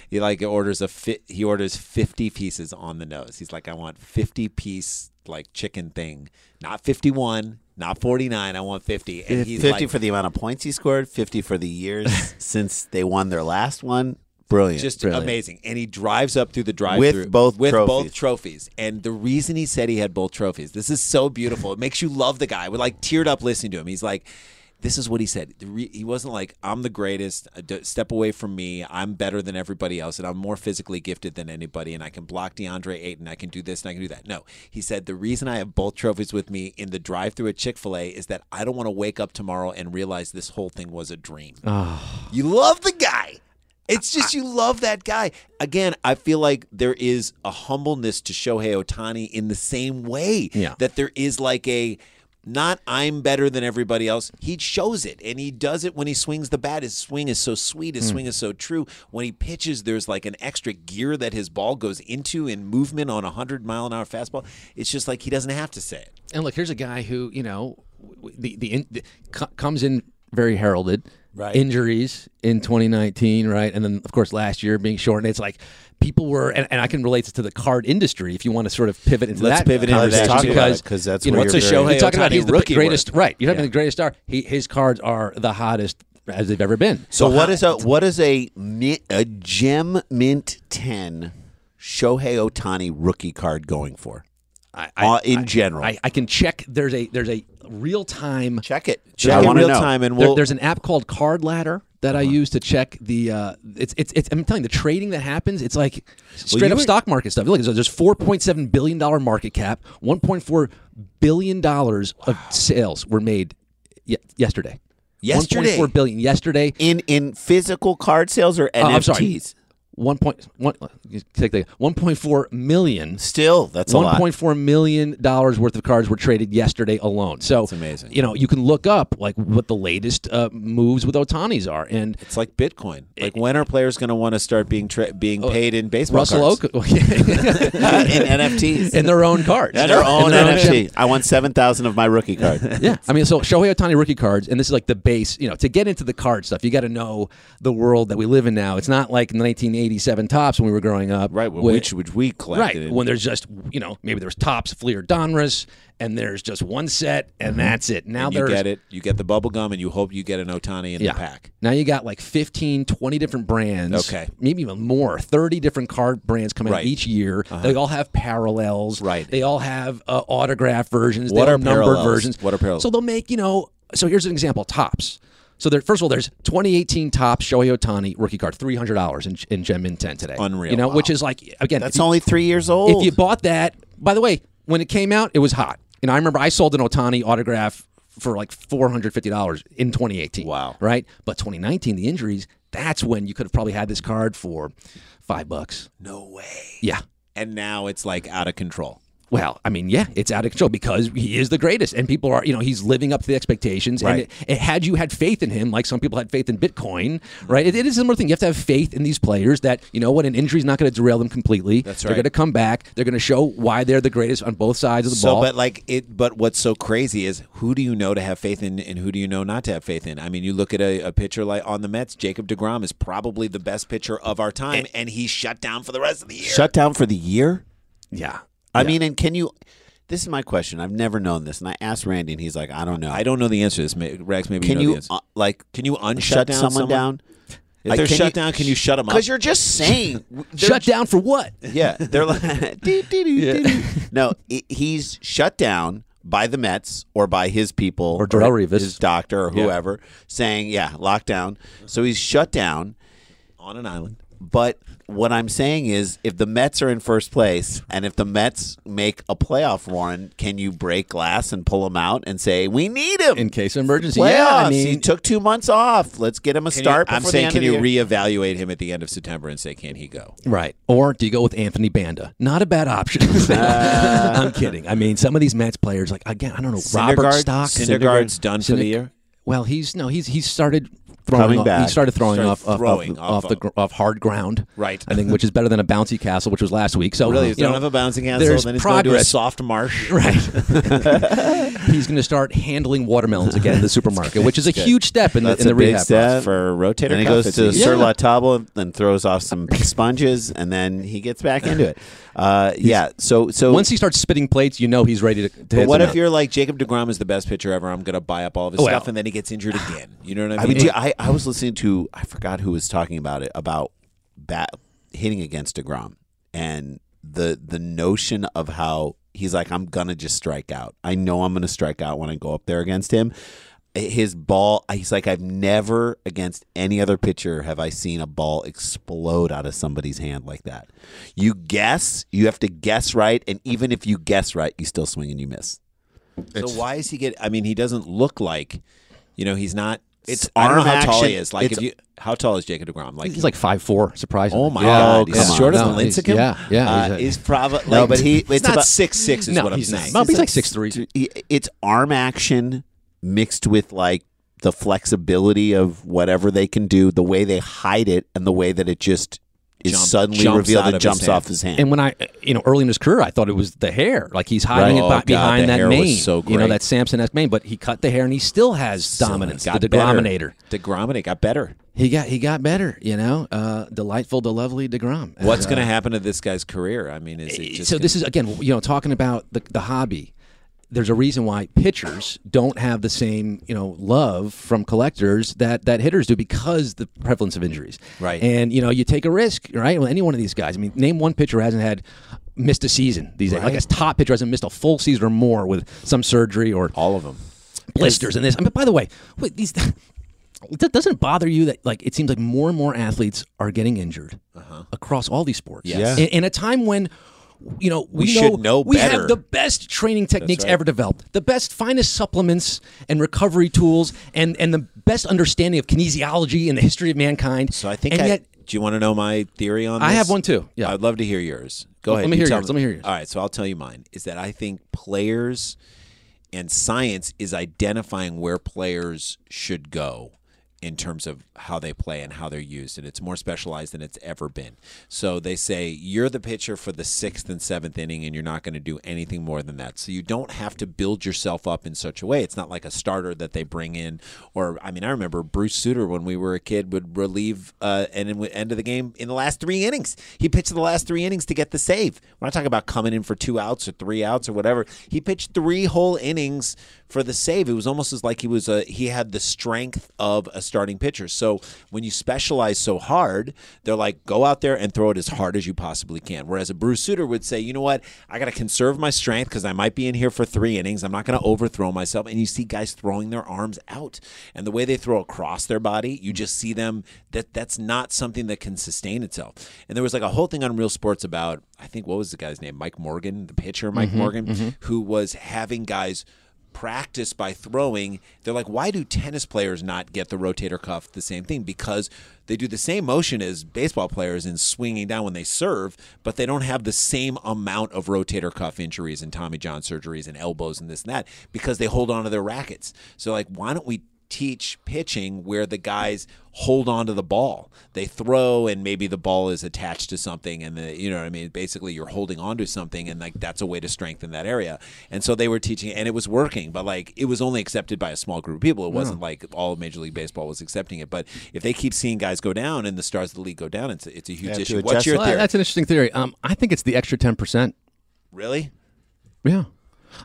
[SPEAKER 3] He like orders a fit. He orders fifty pieces on the nose. He's like, I want fifty piece like chicken thing, not fifty one, not forty nine. I want fifty. And he's
[SPEAKER 2] 50
[SPEAKER 3] like,
[SPEAKER 2] for the amount of points he scored, 50 for the years since they won their last one. Brilliant.
[SPEAKER 3] just
[SPEAKER 4] Brilliant.
[SPEAKER 3] amazing. And he drives up through the drive
[SPEAKER 2] With both
[SPEAKER 3] with
[SPEAKER 2] trophies.
[SPEAKER 3] both trophies. And the reason he said he had both trophies, this is so beautiful. It makes you love the guy. We're like teared up listening to him. He's like. This is what he said. The re- He wasn't like, I'm the greatest. Uh, d- Step away from me. I'm better than everybody else, and I'm more physically gifted than anybody, and I can block DeAndre Ayton. I can do this and I can do that. No. He said, The reason I have both trophies with me in the drive through at Chick fil A is that I don't want to wake up tomorrow and realize this whole thing was a dream. You love the guy. It's just you love that guy. Again, I feel like there is a humbleness to Shohei Otani in the same way
[SPEAKER 4] Yeah.
[SPEAKER 3] that there is like a not I'm better than everybody else. He shows it and he does it when he swings the bat. His swing is so sweet.
[SPEAKER 2] Hmm.
[SPEAKER 3] His swing is so true. When he pitches, there's like an extra gear that his ball goes into in movement on a 100 mile an hour fastball. It's just like he doesn't have to say it.
[SPEAKER 4] And look, here's a guy who you know w- w- the the, in, the co- comes in very heralded.
[SPEAKER 3] Right.
[SPEAKER 4] Injuries in 2019, right, and then of course last year being shortened. It's like people were, and, and I can relate this to the card industry. If you want to sort of pivot into
[SPEAKER 3] Let's
[SPEAKER 4] that,
[SPEAKER 3] pivot into
[SPEAKER 4] conversation
[SPEAKER 3] that. uh, Let's talk about
[SPEAKER 4] because
[SPEAKER 2] it, 'cause that's
[SPEAKER 4] you know,
[SPEAKER 2] where
[SPEAKER 4] it's
[SPEAKER 2] you're
[SPEAKER 4] a
[SPEAKER 2] very-
[SPEAKER 4] show.
[SPEAKER 3] Shohei
[SPEAKER 4] You're talking about
[SPEAKER 3] Ohtani
[SPEAKER 4] he's the
[SPEAKER 3] rookie
[SPEAKER 4] greatest,
[SPEAKER 3] work.
[SPEAKER 4] right? You're talking about the greatest star. He, his cards are the hottest as they've ever been.
[SPEAKER 2] so, what is a what is a mi- a gem mint 10 Shohei Otani rookie card going for? Uh, in general.
[SPEAKER 4] I, I can check. There's a there's a real time
[SPEAKER 2] Check it.
[SPEAKER 3] Check
[SPEAKER 2] I
[SPEAKER 3] in
[SPEAKER 2] wanna
[SPEAKER 3] real
[SPEAKER 2] know.
[SPEAKER 3] time and
[SPEAKER 4] There-
[SPEAKER 3] we'll. Uh-huh.
[SPEAKER 4] there's an app called Card Ladder that I use to check the. Uh, it's, it's it's I'm telling you, the trading that happens. It's like straight
[SPEAKER 3] you
[SPEAKER 4] up
[SPEAKER 3] were-
[SPEAKER 4] stock market stuff. Look, so there's 4.7 billion dollar market cap. 1.4 billion dollars of sales were made ye- yesterday.
[SPEAKER 3] Yesterday?
[SPEAKER 4] 1.4 billion yesterday.
[SPEAKER 2] In in physical card sales or NFTs?
[SPEAKER 4] Uh, I'm sorry. One point one. Take the 1.4 million.
[SPEAKER 2] Still, that's a
[SPEAKER 4] One
[SPEAKER 2] lot.
[SPEAKER 4] point four million dollars worth of cards were traded yesterday alone. So it's
[SPEAKER 3] amazing.
[SPEAKER 4] You know, you can look up like what the latest uh, moves with Otani's are, and
[SPEAKER 3] it's like Bitcoin.
[SPEAKER 4] Eh,
[SPEAKER 3] Like, when are players going to want to start being tra- being paid in baseball
[SPEAKER 4] Oh, Russell
[SPEAKER 3] cards?
[SPEAKER 4] Oak in
[SPEAKER 2] in NFTs.
[SPEAKER 4] their own cards,
[SPEAKER 2] And their own
[SPEAKER 4] In their
[SPEAKER 2] NFT. I want 7,000 of my rookie card.
[SPEAKER 4] Yeah, I mean, so Shohei Otani rookie cards, and this is like the base. You know, to get into the card stuff, you got to know the world that we live in now. It's not like 1987 tops when we were growing up,
[SPEAKER 3] Right,
[SPEAKER 4] where-
[SPEAKER 3] which which we
[SPEAKER 4] right
[SPEAKER 3] collected.
[SPEAKER 4] when there's just you know maybe there's tops Fleer Donruss, and there's just one set, and that's it. Now
[SPEAKER 3] you
[SPEAKER 4] there's
[SPEAKER 3] get it. You get the bubble gum, and you hope you get an Otani in
[SPEAKER 4] Yeah.
[SPEAKER 3] the pack.
[SPEAKER 4] Now you got like 15, 20 different brands.
[SPEAKER 3] Okay.
[SPEAKER 4] Maybe even more. 30 different card brands coming out
[SPEAKER 3] Right. Uh-huh.
[SPEAKER 4] each year. They all have parallels.
[SPEAKER 3] Right.
[SPEAKER 4] They all have uh, autograph versions.
[SPEAKER 3] What are
[SPEAKER 4] they all have numbered
[SPEAKER 3] parallels?
[SPEAKER 4] versions.
[SPEAKER 3] What are parallels?
[SPEAKER 4] So they'll make, you know, so here's an example tops. So there, first of all, there's 2018 tops Shohei Otani rookie card, three hundred dollars in, in Gem in ten today.
[SPEAKER 3] Unreal.
[SPEAKER 4] you know,
[SPEAKER 3] Wow.
[SPEAKER 4] which is like again,
[SPEAKER 2] That's
[SPEAKER 4] if you-
[SPEAKER 2] only three years old.
[SPEAKER 4] if you bought that, by the way, when it came out, it was hot. And I remember I sold an Otani autograph for like four hundred fifty dollars in twenty eighteen.
[SPEAKER 3] Wow.
[SPEAKER 4] Right, but twenty nineteen, the injuries. That's when you could have probably had this card for five bucks.
[SPEAKER 3] No way.
[SPEAKER 4] Yeah.
[SPEAKER 3] And now it's like out of control.
[SPEAKER 4] Well, I mean, yeah, it's out of control because he is the greatest, and people are, you know, he's living up to the expectations.
[SPEAKER 3] Right.
[SPEAKER 4] And it, it- had you had faith in him, like some people had faith in Bitcoin, right? It, it is a similar thing. You have to have faith in these players that you know what an injury's not going to derail them completely.
[SPEAKER 3] That's
[SPEAKER 4] They're
[SPEAKER 3] right.
[SPEAKER 4] going to come back. They're going to show why they're the greatest on both sides of the
[SPEAKER 3] So,
[SPEAKER 4] ball.
[SPEAKER 3] but like it, but what's so crazy is who do you know to have faith in, and who do you know not to have faith in? I mean, you look at a, a pitcher like on the Mets, Jacob Degrom is probably the best pitcher of our time, and he's shut down for the rest of the year.
[SPEAKER 2] Shut down for the year?
[SPEAKER 4] yeah,
[SPEAKER 2] I mean, and can you? This is my question. I've never known this, and I asked Randy, and he's like, "I don't know.
[SPEAKER 3] I don't know the answer to this, Ma- Rex. Maybe
[SPEAKER 2] Can
[SPEAKER 3] you, know
[SPEAKER 2] you
[SPEAKER 3] the answer.
[SPEAKER 2] uh, like
[SPEAKER 3] can you unshut
[SPEAKER 2] shut
[SPEAKER 3] down
[SPEAKER 2] someone,
[SPEAKER 3] someone?
[SPEAKER 2] down?
[SPEAKER 3] If
[SPEAKER 2] Like,
[SPEAKER 3] they're
[SPEAKER 2] can
[SPEAKER 3] shut
[SPEAKER 2] you-
[SPEAKER 3] down, can you shut them up?
[SPEAKER 2] Because you're just saying they're
[SPEAKER 4] shut down for what?
[SPEAKER 2] Yeah, they're like dee, dee, dee, dee, dee. no. i he's shut down by the Mets or by his people
[SPEAKER 4] Or Darrell Revis.
[SPEAKER 2] his doctor or whoever, saying yeah, lockdown. So he's shut down.
[SPEAKER 3] on an island.
[SPEAKER 2] But what I'm saying is, if the Mets are in first place and if the Mets make a playoff run, can you break glass and pull him out and say we need him
[SPEAKER 4] In case of emergency,
[SPEAKER 2] playoffs?
[SPEAKER 4] yeah, I
[SPEAKER 2] he
[SPEAKER 4] mean,
[SPEAKER 2] took two months off. Let's get him a
[SPEAKER 3] Can you-
[SPEAKER 2] start.
[SPEAKER 3] I'm
[SPEAKER 2] before the
[SPEAKER 3] saying,
[SPEAKER 2] end
[SPEAKER 3] can
[SPEAKER 2] of the
[SPEAKER 3] you
[SPEAKER 2] year.
[SPEAKER 3] reevaluate him at the end of September and say, can he go?
[SPEAKER 4] Right. Or do you go with Anthony Banda? Not a bad option. I'm kidding. I mean, some of these Mets players, like again, I don't know, Robert
[SPEAKER 3] Syndergaard-
[SPEAKER 4] Stock.
[SPEAKER 3] Syndergaard's done for the
[SPEAKER 4] Syndergaard-
[SPEAKER 3] year.
[SPEAKER 4] Well, he's no, he's he's started throwing
[SPEAKER 2] Coming
[SPEAKER 4] off,
[SPEAKER 2] back.
[SPEAKER 4] He started throwing
[SPEAKER 3] Started
[SPEAKER 4] off, off-
[SPEAKER 3] throwing
[SPEAKER 4] off,
[SPEAKER 3] off
[SPEAKER 4] off, the
[SPEAKER 3] of-
[SPEAKER 4] gr- off hard ground.
[SPEAKER 3] Right.
[SPEAKER 4] I think which is better than a bouncy castle, which was last week. So
[SPEAKER 3] Really,
[SPEAKER 4] you
[SPEAKER 3] if they don't
[SPEAKER 4] know,
[SPEAKER 3] have a bouncing castle,
[SPEAKER 4] there's
[SPEAKER 3] then it's going to a
[SPEAKER 4] progress.
[SPEAKER 3] soft marsh.
[SPEAKER 4] Right. he's going to start handling watermelons again in the supermarket, which is a huge step in
[SPEAKER 2] That's
[SPEAKER 4] the in
[SPEAKER 2] a
[SPEAKER 4] the
[SPEAKER 2] big
[SPEAKER 4] rehab.
[SPEAKER 2] step. Yeah.
[SPEAKER 3] For rotator
[SPEAKER 2] Then he
[SPEAKER 3] cuff
[SPEAKER 2] goes to
[SPEAKER 3] disease.
[SPEAKER 2] Sir
[SPEAKER 4] Yeah.
[SPEAKER 2] La Table and, and throws off some sponges, and then he gets back into it. Uh, yeah. So so
[SPEAKER 4] Once he starts spitting plates, you know he's ready to. to
[SPEAKER 3] But
[SPEAKER 4] hit
[SPEAKER 3] what
[SPEAKER 4] some-
[SPEAKER 3] if you're like Jacob Degrom is the best pitcher ever? I'm gonna buy up all of his
[SPEAKER 4] Well.
[SPEAKER 3] stuff, and then he gets injured again. You know what I
[SPEAKER 2] I
[SPEAKER 3] mean?
[SPEAKER 2] mean, dude, I, I was listening to I forgot who was talking about it about bat hitting against Degrom and the the notion of how he's like I'm gonna just strike out. I know I'm gonna strike out when I go up there against him. His ball, he's like I've never against any other pitcher have I seen a ball explode out of somebody's hand like that. You guess, you have to guess right, and even if you guess right, you still swing and you miss.
[SPEAKER 3] so why is he get? I mean, he doesn't look like, you know, he's not.
[SPEAKER 2] It's
[SPEAKER 3] I don't know
[SPEAKER 2] arm
[SPEAKER 3] how tall he
[SPEAKER 2] action.
[SPEAKER 3] is. Like,
[SPEAKER 2] It's-
[SPEAKER 3] if you, how tall is Jacob Degrom? Like,
[SPEAKER 4] He's like five four. Surprisingly.
[SPEAKER 3] oh my
[SPEAKER 4] Yeah.
[SPEAKER 3] god,
[SPEAKER 2] come
[SPEAKER 3] he's
[SPEAKER 2] on.
[SPEAKER 3] shorter
[SPEAKER 4] No,
[SPEAKER 3] than
[SPEAKER 4] he's-
[SPEAKER 3] Lincecum.
[SPEAKER 4] yeah, yeah,
[SPEAKER 3] Uh,
[SPEAKER 4] he's a-
[SPEAKER 3] he's probably like,
[SPEAKER 2] No, but he-
[SPEAKER 3] he's
[SPEAKER 2] it's
[SPEAKER 3] not
[SPEAKER 2] about-
[SPEAKER 3] six six. Is
[SPEAKER 4] No,
[SPEAKER 3] what I'm
[SPEAKER 4] he's not.
[SPEAKER 3] saying.
[SPEAKER 4] No, but he's like 6'3".
[SPEAKER 2] It- It's arm action mixed with like the flexibility of whatever they can do, the way they hide it, and the way that it just is
[SPEAKER 3] Jump-
[SPEAKER 2] suddenly
[SPEAKER 3] jumps
[SPEAKER 2] revealed
[SPEAKER 3] out
[SPEAKER 2] and
[SPEAKER 3] of his
[SPEAKER 2] jumps
[SPEAKER 3] hand.
[SPEAKER 2] off his hand.
[SPEAKER 4] And when I, you know, early in his career, I thought it was the hair. Like he's hiding
[SPEAKER 3] Right.
[SPEAKER 4] it
[SPEAKER 3] Oh,
[SPEAKER 4] bi-
[SPEAKER 3] God,
[SPEAKER 4] behind
[SPEAKER 3] the
[SPEAKER 4] that
[SPEAKER 3] hair was
[SPEAKER 4] mane.
[SPEAKER 3] so
[SPEAKER 4] You know
[SPEAKER 3] great.
[SPEAKER 4] that Samson-esque mane, but he cut the hair and he still has dominance.
[SPEAKER 3] Got
[SPEAKER 4] the
[SPEAKER 3] better.
[SPEAKER 4] Degrominator.
[SPEAKER 3] Degrominator got better.
[SPEAKER 4] He got he got better. You know, uh, delightful, the lovely Degrom.
[SPEAKER 3] What's
[SPEAKER 4] Uh, Eh,
[SPEAKER 3] going to happen to this guy's career? I mean, is it just
[SPEAKER 4] so
[SPEAKER 3] gonna-
[SPEAKER 4] this is again, you know, talking about the the hobby. There's a reason why pitchers don't have the same, you know, love from collectors that that hitters do because the prevalence of injuries.
[SPEAKER 3] Right.
[SPEAKER 4] And you know, you take a risk, right? Well, any one of these guys. I mean, name one pitcher who hasn't had missed a season these days. Like a top pitcher hasn't missed a full season or more with some surgery or
[SPEAKER 3] all of them.
[SPEAKER 4] blisters and this. I mean, by the way, wait, these that doesn't bother you that like it seems like more and more athletes are getting injured across all these sports.
[SPEAKER 3] Uh-huh. Yes.
[SPEAKER 4] In, in a time when you know we,
[SPEAKER 3] We
[SPEAKER 4] know,
[SPEAKER 3] should know
[SPEAKER 4] we
[SPEAKER 3] better.
[SPEAKER 4] have the best training techniques ever developed, the best finest supplements and recovery tools, and and the best understanding of kinesiology and the history of mankind.
[SPEAKER 3] So I think.
[SPEAKER 4] and
[SPEAKER 3] I,
[SPEAKER 4] yet
[SPEAKER 3] do you want to know my theory on? this?
[SPEAKER 4] I have one too. Yeah.
[SPEAKER 3] I'd love to hear yours. Go
[SPEAKER 4] Let
[SPEAKER 3] ahead.
[SPEAKER 4] me
[SPEAKER 3] you
[SPEAKER 4] hear
[SPEAKER 3] tell
[SPEAKER 4] yours. Let me hear yours.
[SPEAKER 3] All right. So I'll tell you mine. Is that I think players and science is identifying where players should go in terms of how they play and how they're used and it's more specialized than it's ever been so they say you're the pitcher for the sixth and seventh inning and you're not going to do anything more than that so you don't have to build yourself up in such a way it's not like a starter that they bring in or i mean i remember bruce suter when we were a kid would relieve uh, and then would end of the game in the last three innings he pitched the last three innings to get the save we're not talking about coming in for two outs or three outs or whatever he pitched three whole innings for the save. It was almost as like he was a he had the strength of a starting pitcher. So when you specialize so hard, they're like go out there and throw it as hard as you possibly can. Whereas a Bruce Sutter would say, you know what, I got to conserve my strength because I might be in here for three innings. I'm not going to overthrow myself. And you see guys throwing their arms out and the way they throw across their body, you just see them that that's not something that can sustain itself. And there was like a whole thing on Real Sports about I think what was the guy's name, Mike Morgan, the pitcher Mike Morgan, who was having guys practice by throwing. They're like, why do tennis players not get the rotator cuff the same thing? Because they do the same motion as baseball players in swinging down when they serve, but they don't have the same amount of rotator cuff injuries and Tommy John surgeries and elbows and this and that because they hold on to their rackets. So, like, why don't we teach pitching where the guys hold on to the ball. They throw and maybe the ball is attached to something and the you know what I mean basically you're holding on to something and like that's a way to strengthen that area. And so they were teaching and it was working but like it was only accepted by a small group of people. It wasn't like all of Major League Baseball was accepting it. But if they keep seeing guys go down and the stars of the league go down it's it's a huge
[SPEAKER 2] have to
[SPEAKER 3] issue.
[SPEAKER 2] adjust
[SPEAKER 3] What's your
[SPEAKER 4] Well,
[SPEAKER 3] theory?
[SPEAKER 4] that's an interesting theory. Um, I think it's the extra ten percent.
[SPEAKER 3] really?
[SPEAKER 4] Yeah,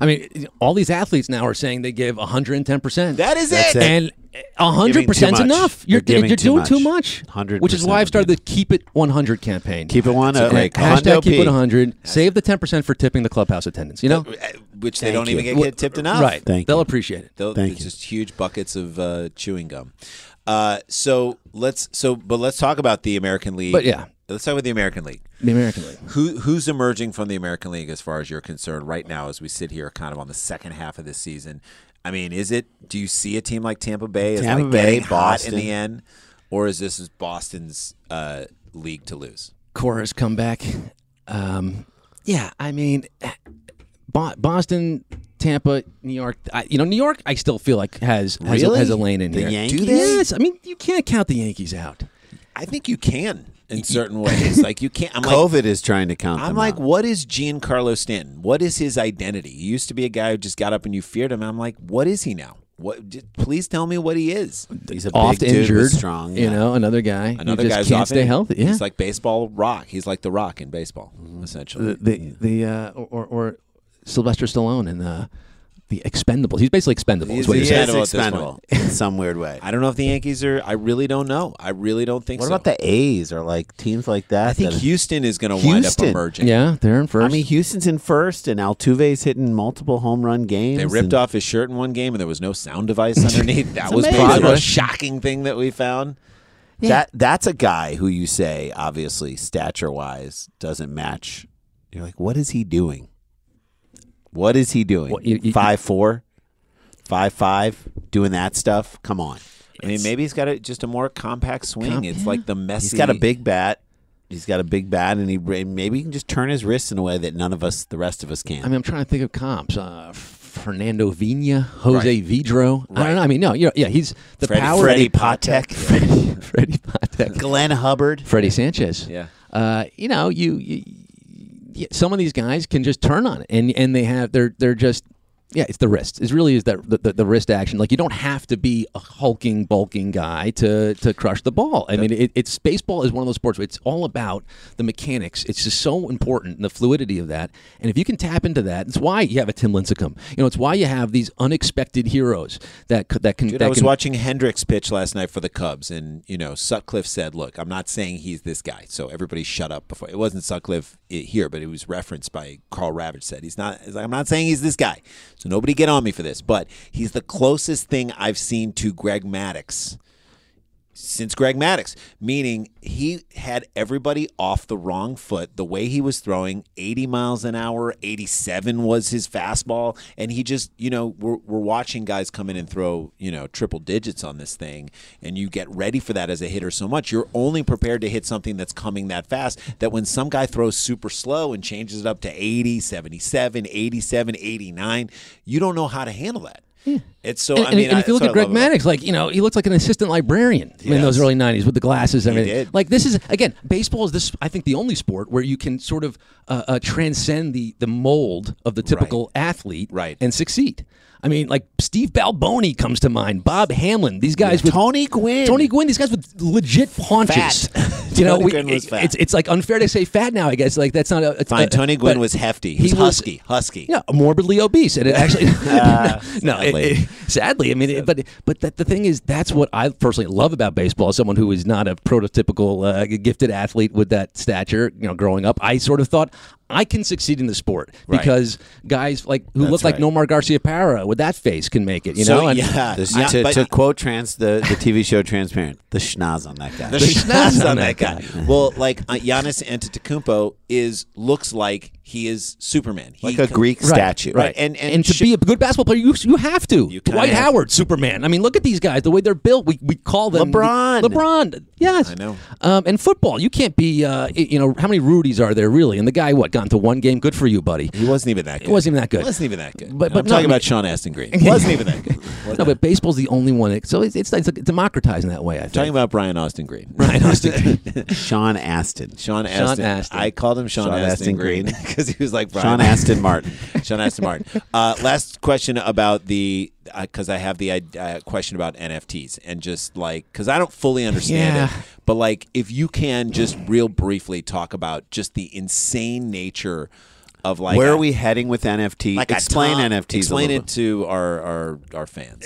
[SPEAKER 4] I mean, all these athletes now are saying they give one hundred and ten percent.
[SPEAKER 3] That is
[SPEAKER 2] That's
[SPEAKER 3] it.
[SPEAKER 2] it.
[SPEAKER 4] and hundred percent
[SPEAKER 2] much.
[SPEAKER 4] enough.
[SPEAKER 2] They're
[SPEAKER 4] You're
[SPEAKER 2] giving
[SPEAKER 4] you're
[SPEAKER 2] too
[SPEAKER 4] doing
[SPEAKER 2] much.
[SPEAKER 4] too much.
[SPEAKER 2] 100%
[SPEAKER 4] Which is why I've started
[SPEAKER 2] would
[SPEAKER 4] the Keep It One Hundred campaign.
[SPEAKER 2] Keep it one. Uh,
[SPEAKER 3] great call.
[SPEAKER 2] Hondo
[SPEAKER 4] Hashtag keep it
[SPEAKER 2] P.
[SPEAKER 4] 100. Save the 10% for tipping the clubhouse attendance, you know?
[SPEAKER 3] Which they
[SPEAKER 2] Thank
[SPEAKER 3] don't even
[SPEAKER 2] you.
[SPEAKER 3] get, get tipped enough.
[SPEAKER 4] right.
[SPEAKER 2] Thank
[SPEAKER 4] They'll
[SPEAKER 2] you.
[SPEAKER 4] appreciate it.
[SPEAKER 3] Those,
[SPEAKER 2] Thank
[SPEAKER 3] it's
[SPEAKER 2] you.
[SPEAKER 3] just huge buckets of uh, chewing gum. Uh, so let's so but let's talk about the American League.
[SPEAKER 4] But yeah.
[SPEAKER 3] let's talk about the American League.
[SPEAKER 4] The American League.
[SPEAKER 3] Who who's emerging from the American League as far as you're concerned right now as we sit here kind of on the second half of this season? I mean, is it do you see a team like Tampa Bay as
[SPEAKER 2] Tampa
[SPEAKER 3] like
[SPEAKER 2] Bay,
[SPEAKER 3] getting hot in
[SPEAKER 2] Boston.
[SPEAKER 3] the end or is this is Boston's uh, league to lose?
[SPEAKER 4] Cora's comeback. Um, yeah, I mean, Bo- Boston, Tampa, New York. I, you know, New York, I still feel like has has,
[SPEAKER 2] Really?
[SPEAKER 4] a, has a lane in
[SPEAKER 2] The
[SPEAKER 4] here.
[SPEAKER 2] Yankees?
[SPEAKER 4] Do they? Yes, I mean, you can't count the Yankees out.
[SPEAKER 3] I think you can in certain ways. like you can't I'm like
[SPEAKER 2] COVID is trying to count.
[SPEAKER 3] I'm
[SPEAKER 2] them
[SPEAKER 3] like,
[SPEAKER 2] out.
[SPEAKER 3] what is Giancarlo Stanton? What is his identity? He used to be a guy who just got up and you feared him. I'm like, what is he now? What? j- Please tell me what he is.
[SPEAKER 2] he's a
[SPEAKER 4] Oft
[SPEAKER 2] big dude with
[SPEAKER 4] injured,
[SPEAKER 2] strong.
[SPEAKER 4] you
[SPEAKER 2] yeah.
[SPEAKER 4] know, another guy. who
[SPEAKER 3] Another
[SPEAKER 4] just
[SPEAKER 3] guy's
[SPEAKER 4] can't
[SPEAKER 3] off
[SPEAKER 4] stay
[SPEAKER 3] in-
[SPEAKER 4] healthy. Yeah, Mm-hmm.
[SPEAKER 3] he's like baseball rock. He's like the rock in baseball, essentially.
[SPEAKER 4] the the, the uh, or or Sylvester Stallone and uh, the Expendables. He's basically expendable.
[SPEAKER 3] He's
[SPEAKER 4] is what
[SPEAKER 2] He
[SPEAKER 4] you're
[SPEAKER 2] is
[SPEAKER 4] saying.
[SPEAKER 3] expendable at this
[SPEAKER 2] expendable in some weird way.
[SPEAKER 3] I don't know if the Yankees are. I really don't know. I really don't think.
[SPEAKER 2] What
[SPEAKER 3] so.
[SPEAKER 2] about the A's or like teams like that?
[SPEAKER 3] I think
[SPEAKER 2] that-
[SPEAKER 3] Houston is going to wind up
[SPEAKER 2] Houston.
[SPEAKER 3] emerging.
[SPEAKER 4] Yeah, they're in first.
[SPEAKER 2] I mean, Houston's in first, and Altuve's hitting multiple home run games.
[SPEAKER 3] They ripped
[SPEAKER 2] and-
[SPEAKER 3] off his shirt in one game, and there was no sound device underneath. That was
[SPEAKER 2] amazing.
[SPEAKER 3] probably the most shocking thing that we found.
[SPEAKER 2] That that's a guy who you say obviously stature wise doesn't match. You're like, what is he doing? What is he doing?
[SPEAKER 4] What, you- you-
[SPEAKER 2] five four, five five, doing that stuff. Come on,
[SPEAKER 3] I mean, maybe he's got a, just a more compact swing.
[SPEAKER 4] Com-
[SPEAKER 3] it's like the messy.
[SPEAKER 2] he's got a big bat. He's got a big bat, and he and maybe he can just turn his wrist in a way that none of us, the rest of us, can.
[SPEAKER 4] I mean, I'm trying to think of comps. Uh, Fernando Vina, Jose Vidro. I don't know. I mean, no, you know, yeah, he's the
[SPEAKER 3] Freddie-
[SPEAKER 4] power.
[SPEAKER 2] Freddie
[SPEAKER 3] Patek.
[SPEAKER 2] Patek,
[SPEAKER 4] Freddie, Freddie Patek.
[SPEAKER 2] Glenn Hubbard.
[SPEAKER 4] Freddie Sanchez.
[SPEAKER 3] Yeah.
[SPEAKER 4] Uh, you know, you, you, yeah, some of these guys can just turn on it, and and they have they're they're just yeah, it's the wrist. It really is that the, the, the wrist action. Like you don't have to be a hulking, bulking guy to to crush the ball. I mean, it, it's baseball is one of those sports. Where it's all about the mechanics. It's just so important and the fluidity of that. And if you can tap into that, it's why you have a Tim Lincecum. You know, it's why you have these unexpected heroes that c- that can.
[SPEAKER 3] Dude,
[SPEAKER 4] that
[SPEAKER 3] I was
[SPEAKER 4] can,
[SPEAKER 3] watching Hendricks pitch last night for the Cubs, and you know Sutcliffe said, "Look, I'm not saying he's this guy, so everybody shut up." Before it wasn't Sutcliffe i- here, but it was referenced by Carl Ravitch. Said he's not. He's like, I'm not saying he's this guy, so nobody get on me for this. But he's the closest thing I've seen to Greg Maddux since Greg Maddux, meaning he had everybody off the wrong foot. The way he was throwing, 80 miles an hour, 87 was his fastball. And he just, you know, we're, we're watching guys come in and throw, you know, triple digits on this thing. And you get ready for that as a hitter so much. You're only prepared to hit something that's coming that fast that when some guy throws super slow and changes it up to 80, 77, 87, 89, you don't know how to handle that. It's so,
[SPEAKER 4] Hmm. And,
[SPEAKER 3] I
[SPEAKER 4] and-
[SPEAKER 3] mean,
[SPEAKER 4] and if you
[SPEAKER 3] I-
[SPEAKER 4] look
[SPEAKER 3] that's what
[SPEAKER 4] at
[SPEAKER 3] I
[SPEAKER 4] Greg
[SPEAKER 3] love about-
[SPEAKER 4] Maddox, like you know, he looked like an assistant librarian in those
[SPEAKER 3] Yes.
[SPEAKER 4] early '90s with the glasses and
[SPEAKER 3] He
[SPEAKER 4] everything.
[SPEAKER 3] did.
[SPEAKER 4] Like this is again, baseball is this. I think the only sport where you can sort of uh, uh, transcend the the mold of the typical athlete
[SPEAKER 3] Right.
[SPEAKER 4] and succeed. I mean, like Steve Balboni comes to mind, Bob Hamlin, these guys with
[SPEAKER 2] Tony Gwynn.
[SPEAKER 4] Tony Gwynn, these guys with legit paunches.
[SPEAKER 2] Fat.
[SPEAKER 4] You know,
[SPEAKER 2] Tony
[SPEAKER 4] we,
[SPEAKER 2] Gwynn was
[SPEAKER 4] it-
[SPEAKER 2] fat.
[SPEAKER 4] It's, it's like unfair to say fat now. I guess like that's not a, it's-
[SPEAKER 3] Fine.
[SPEAKER 4] uh,
[SPEAKER 3] Tony Gwynn
[SPEAKER 4] but
[SPEAKER 3] was hefty. He was husky. Husky.
[SPEAKER 4] Yeah, morbidly obese, and it actually no, it-
[SPEAKER 3] sadly.
[SPEAKER 4] it- sadly. I mean, it, but but that, the thing is, that's what I personally love about baseball. As someone who is not a prototypical uh, gifted athlete with that stature, you know, growing up, I sort of thought I can succeed in the sport
[SPEAKER 3] Right.
[SPEAKER 4] because guys like who look like
[SPEAKER 3] right.
[SPEAKER 4] Nomar Garcia Parra with that face can make it. You
[SPEAKER 3] So,
[SPEAKER 4] know, and
[SPEAKER 3] yeah.
[SPEAKER 2] This-
[SPEAKER 3] I-
[SPEAKER 2] to,
[SPEAKER 3] but-
[SPEAKER 2] to quote trans the, the TV show Transparent, the schnoz on that guy.
[SPEAKER 3] The schnapps on that guy. well, like uh, Giannis Antetokounmpo is looks like he is Superman. He
[SPEAKER 2] like a
[SPEAKER 3] com-
[SPEAKER 2] Greek
[SPEAKER 4] Right,
[SPEAKER 2] statue.
[SPEAKER 4] right?
[SPEAKER 3] and-
[SPEAKER 4] And,
[SPEAKER 3] and
[SPEAKER 4] and, to
[SPEAKER 3] sh-
[SPEAKER 4] be a good basketball player, you you have to.
[SPEAKER 3] You kinda
[SPEAKER 4] Dwight
[SPEAKER 3] have-
[SPEAKER 4] Howard, Superman. I mean, look at these guys. The way they're built, we, we call them
[SPEAKER 2] LeBron.
[SPEAKER 4] LeBron. Yes,
[SPEAKER 3] I know.
[SPEAKER 4] Um, and football, you can't be. Uh, y- you know, how many Rudies are there really? And the guy what got into one game? Good for you, buddy.
[SPEAKER 3] He wasn't even that good.
[SPEAKER 4] It wasn't even that good.
[SPEAKER 3] Wasn't even that good.
[SPEAKER 4] But- but
[SPEAKER 3] I'm
[SPEAKER 4] no,
[SPEAKER 3] talking
[SPEAKER 4] I mean-
[SPEAKER 3] about Sean Aston Green. wasn't even that good.
[SPEAKER 4] No, but baseball's the only one. that- So it's it's, it's like democratizing that way. I think.
[SPEAKER 3] talking about Brian Austin Green.
[SPEAKER 4] Brian Austin Green.
[SPEAKER 2] Sean Aston.
[SPEAKER 3] Sean
[SPEAKER 4] Sean
[SPEAKER 3] Aston.
[SPEAKER 4] Aston.
[SPEAKER 3] I called him Sean,
[SPEAKER 2] Sean
[SPEAKER 3] Aston,
[SPEAKER 2] Aston
[SPEAKER 3] Green
[SPEAKER 2] Green.
[SPEAKER 3] because he was like Brian.
[SPEAKER 2] Sean Aston Martin.
[SPEAKER 3] Sean Aston Martin. Uh, last question about the because I have the uh, question about NFTs and just like because I don't fully understand
[SPEAKER 4] Yeah.
[SPEAKER 3] it, but like if you can just real briefly talk about just the insane nature of like
[SPEAKER 2] Where
[SPEAKER 3] a-
[SPEAKER 2] are we heading with NFT?
[SPEAKER 3] like a
[SPEAKER 2] explain
[SPEAKER 3] top-
[SPEAKER 2] NFTs. a
[SPEAKER 3] Explain
[SPEAKER 2] little
[SPEAKER 3] it to our our our fans.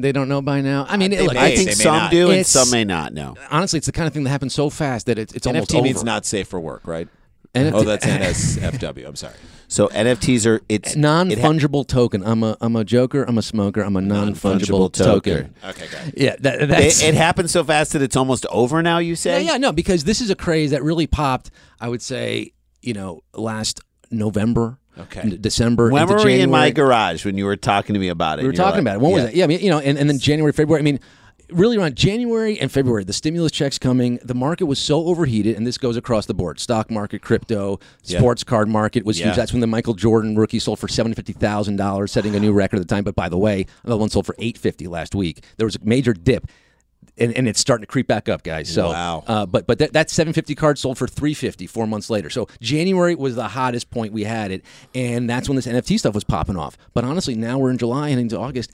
[SPEAKER 4] they don't know by now. I mean,
[SPEAKER 3] They
[SPEAKER 4] look,
[SPEAKER 2] bit.
[SPEAKER 3] may-
[SPEAKER 2] I
[SPEAKER 4] I
[SPEAKER 3] they
[SPEAKER 2] think
[SPEAKER 3] may
[SPEAKER 4] think
[SPEAKER 2] some
[SPEAKER 3] not.
[SPEAKER 2] do and
[SPEAKER 4] It's-
[SPEAKER 2] some may not know.
[SPEAKER 4] honestly, it's the kind of thing that happens so fast that it's it's almost
[SPEAKER 3] NFT
[SPEAKER 4] over.
[SPEAKER 3] means not safe for work, right?
[SPEAKER 4] NFT
[SPEAKER 3] oh, that's NSFW. I'm sorry.
[SPEAKER 2] So NFTs are it's
[SPEAKER 4] non
[SPEAKER 2] it ha-
[SPEAKER 4] fungible token. I'm a I'm a joker. I'm a smoker. I'm a non fungible
[SPEAKER 2] token.
[SPEAKER 4] token.
[SPEAKER 3] Okay, got it.
[SPEAKER 4] Yeah, that,
[SPEAKER 2] It,
[SPEAKER 4] that's
[SPEAKER 2] it happens so fast that it's almost over now. You
[SPEAKER 4] yeah,
[SPEAKER 2] say?
[SPEAKER 4] yeah, no, because this is a craze that really popped. I would say you know last November,
[SPEAKER 3] Okay.
[SPEAKER 4] n- December.
[SPEAKER 2] When
[SPEAKER 4] into
[SPEAKER 2] were we in my
[SPEAKER 4] January.
[SPEAKER 2] garage when you were talking to me about it?
[SPEAKER 4] We were
[SPEAKER 2] And you're
[SPEAKER 4] talking
[SPEAKER 2] like,
[SPEAKER 4] about it. When was
[SPEAKER 2] yeah.
[SPEAKER 4] it? Yeah, I mean, you know, and, and then January, February. I mean, really around January and February, the stimulus checks coming, the market was so overheated, and this goes across the board: stock market, crypto, sports card market was
[SPEAKER 3] Yeah.
[SPEAKER 4] huge. That's when the Michael Jordan rookie sold for seven fifty thousand dollars, setting a new record at the time. But by the way, another one sold for eight fifty last week. There was a major dip. And, and it's starting to creep back up, guys. So,
[SPEAKER 3] Wow.
[SPEAKER 4] uh, but but that, that 750 card sold for 350 four months later. So January was the hottest point we had it, and that's when this NFT stuff was popping off. But honestly, now we're in July and into August.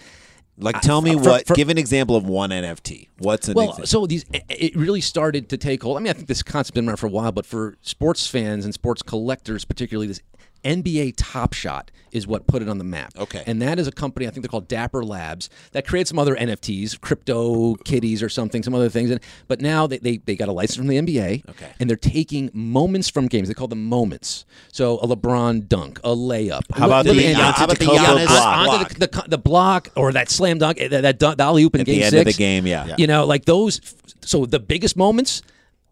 [SPEAKER 3] Like, tell me
[SPEAKER 4] Uh, for-
[SPEAKER 3] what.
[SPEAKER 4] for-
[SPEAKER 3] give an example of one NFT. What's an
[SPEAKER 4] Well,
[SPEAKER 3] example?
[SPEAKER 4] so these it- it really started to take hold. I mean, I think this concept's been around for a while, but for sports fans and sports collectors, particularly this NBA Top Shot is what put it on the map.
[SPEAKER 3] Okay.
[SPEAKER 4] and that is a company I think they're called Dapper Labs that creates some other NFTs, crypto kitties or something, some other things. And but now they they, they got a license from the NBA.
[SPEAKER 3] Okay.
[SPEAKER 4] and they're taking moments from games. They call them moments. So a LeBron dunk, a layup. How
[SPEAKER 2] about the- how about the Giannis
[SPEAKER 3] block?
[SPEAKER 4] the, the, the block or that slam dunk, eh, that, that dunk, the alley oop in
[SPEAKER 3] At the
[SPEAKER 4] game
[SPEAKER 3] end of
[SPEAKER 4] six
[SPEAKER 3] the game, yeah. Yeah.
[SPEAKER 4] you know, like those. So the biggest moments.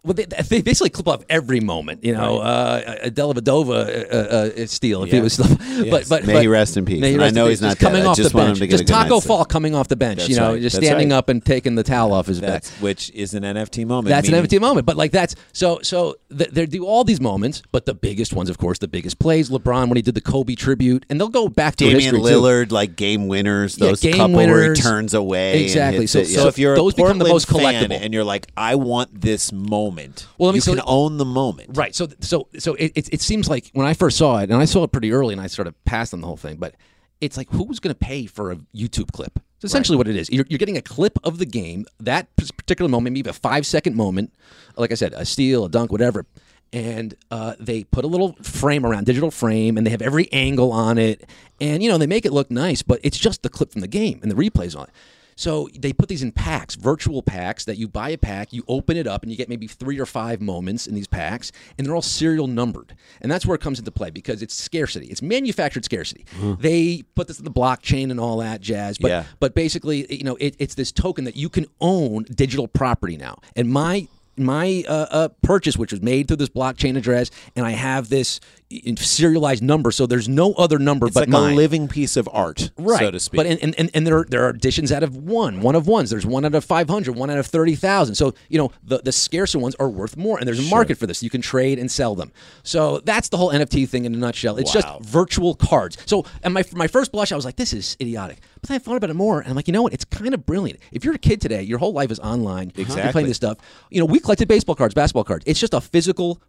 [SPEAKER 4] Well, they, they basically clip off every moment, you know. Uh, a Delavadova uh, uh, uh, steal, if
[SPEAKER 3] Yeah.
[SPEAKER 4] it was, but but
[SPEAKER 2] May
[SPEAKER 4] but-
[SPEAKER 2] he rest in peace.
[SPEAKER 4] May he
[SPEAKER 2] And I
[SPEAKER 4] rest in
[SPEAKER 2] know
[SPEAKER 4] peace.
[SPEAKER 2] he's not
[SPEAKER 4] Just
[SPEAKER 2] dead.
[SPEAKER 4] coming
[SPEAKER 2] I
[SPEAKER 4] off
[SPEAKER 2] just
[SPEAKER 4] the
[SPEAKER 2] want him
[SPEAKER 4] bench.
[SPEAKER 2] to get a
[SPEAKER 4] just
[SPEAKER 2] good
[SPEAKER 4] Taco
[SPEAKER 2] night's
[SPEAKER 4] Fall coming off the bench,
[SPEAKER 3] That's
[SPEAKER 4] you know,
[SPEAKER 3] right.
[SPEAKER 4] just
[SPEAKER 3] That's
[SPEAKER 4] standing
[SPEAKER 3] right.
[SPEAKER 4] up and taking the towel off his back.
[SPEAKER 3] that's which is an NFT moment.
[SPEAKER 4] That's
[SPEAKER 3] meaning-
[SPEAKER 4] an NFT moment, but like that's so so. Th- they do all these moments, but the biggest ones, of course, the biggest plays. LeBron when he did the Kobe tribute, and they'll go back to
[SPEAKER 2] Damian
[SPEAKER 4] history too.
[SPEAKER 2] Lillard, like game winners, those
[SPEAKER 4] game
[SPEAKER 2] couple where
[SPEAKER 4] winners.
[SPEAKER 2] he turns away. and
[SPEAKER 4] Exactly.
[SPEAKER 2] hits
[SPEAKER 4] So-
[SPEAKER 2] it, yeah.
[SPEAKER 3] So if you're
[SPEAKER 4] those
[SPEAKER 3] a
[SPEAKER 4] become
[SPEAKER 3] Portland
[SPEAKER 4] the most
[SPEAKER 3] fan
[SPEAKER 4] collectible.
[SPEAKER 3] and you're like, I want this moment.
[SPEAKER 4] Well, let me-
[SPEAKER 3] you
[SPEAKER 4] so-
[SPEAKER 3] can own the moment.
[SPEAKER 4] Right. So so so it, it it seems like when I first saw it, and I saw it pretty early, and I sort of passed on the whole thing. But it's like who's going to pay for a YouTube clip? It's essentially what it is. You're, you're getting a clip of the game, that p- particular moment, maybe a five second moment. Like I said, a steal, a dunk, whatever. And uh, they put a little frame around, digital frame, and they have every angle on it. And, you know, they make it look nice, but it's just the clip from the game and the replays on it. So they put these in packs, virtual packs that you buy a pack, you open it up, and you get maybe three or five moments in these packs, and they're all serial numbered. And that's where it comes into play because it's scarcity. It's manufactured scarcity. They put this in the blockchain and all that jazz. But
[SPEAKER 3] Mm-hmm. Yeah.
[SPEAKER 4] but basically, you know, it, it's this token that you can own digital property now. And my my uh, uh, purchase, which was made through this blockchain address, and I have this uh, serialized number, so there's no other number
[SPEAKER 3] It's
[SPEAKER 4] but
[SPEAKER 3] like
[SPEAKER 4] mine
[SPEAKER 3] a living piece of art,
[SPEAKER 4] right.
[SPEAKER 3] so to speak.
[SPEAKER 4] But and, and- and, and there are, there are additions out of one, one of ones. There's one out of 500, one out of 30,000. So, you know, the, the scarcer ones are worth more, and there's a market for this. You can trade and sell them. So that's the whole NFT thing in a nutshell. It's
[SPEAKER 3] Wow.
[SPEAKER 4] just virtual cards. So, and my, my first blush, I was like, this is idiotic. But then I thought about it more, and I'm like, you know what? It's kind of brilliant. If you're a kid today, your whole life is online. You're
[SPEAKER 3] Exactly.
[SPEAKER 4] playing this stuff. You know, we collected baseball cards, basketball cards. It's just a physical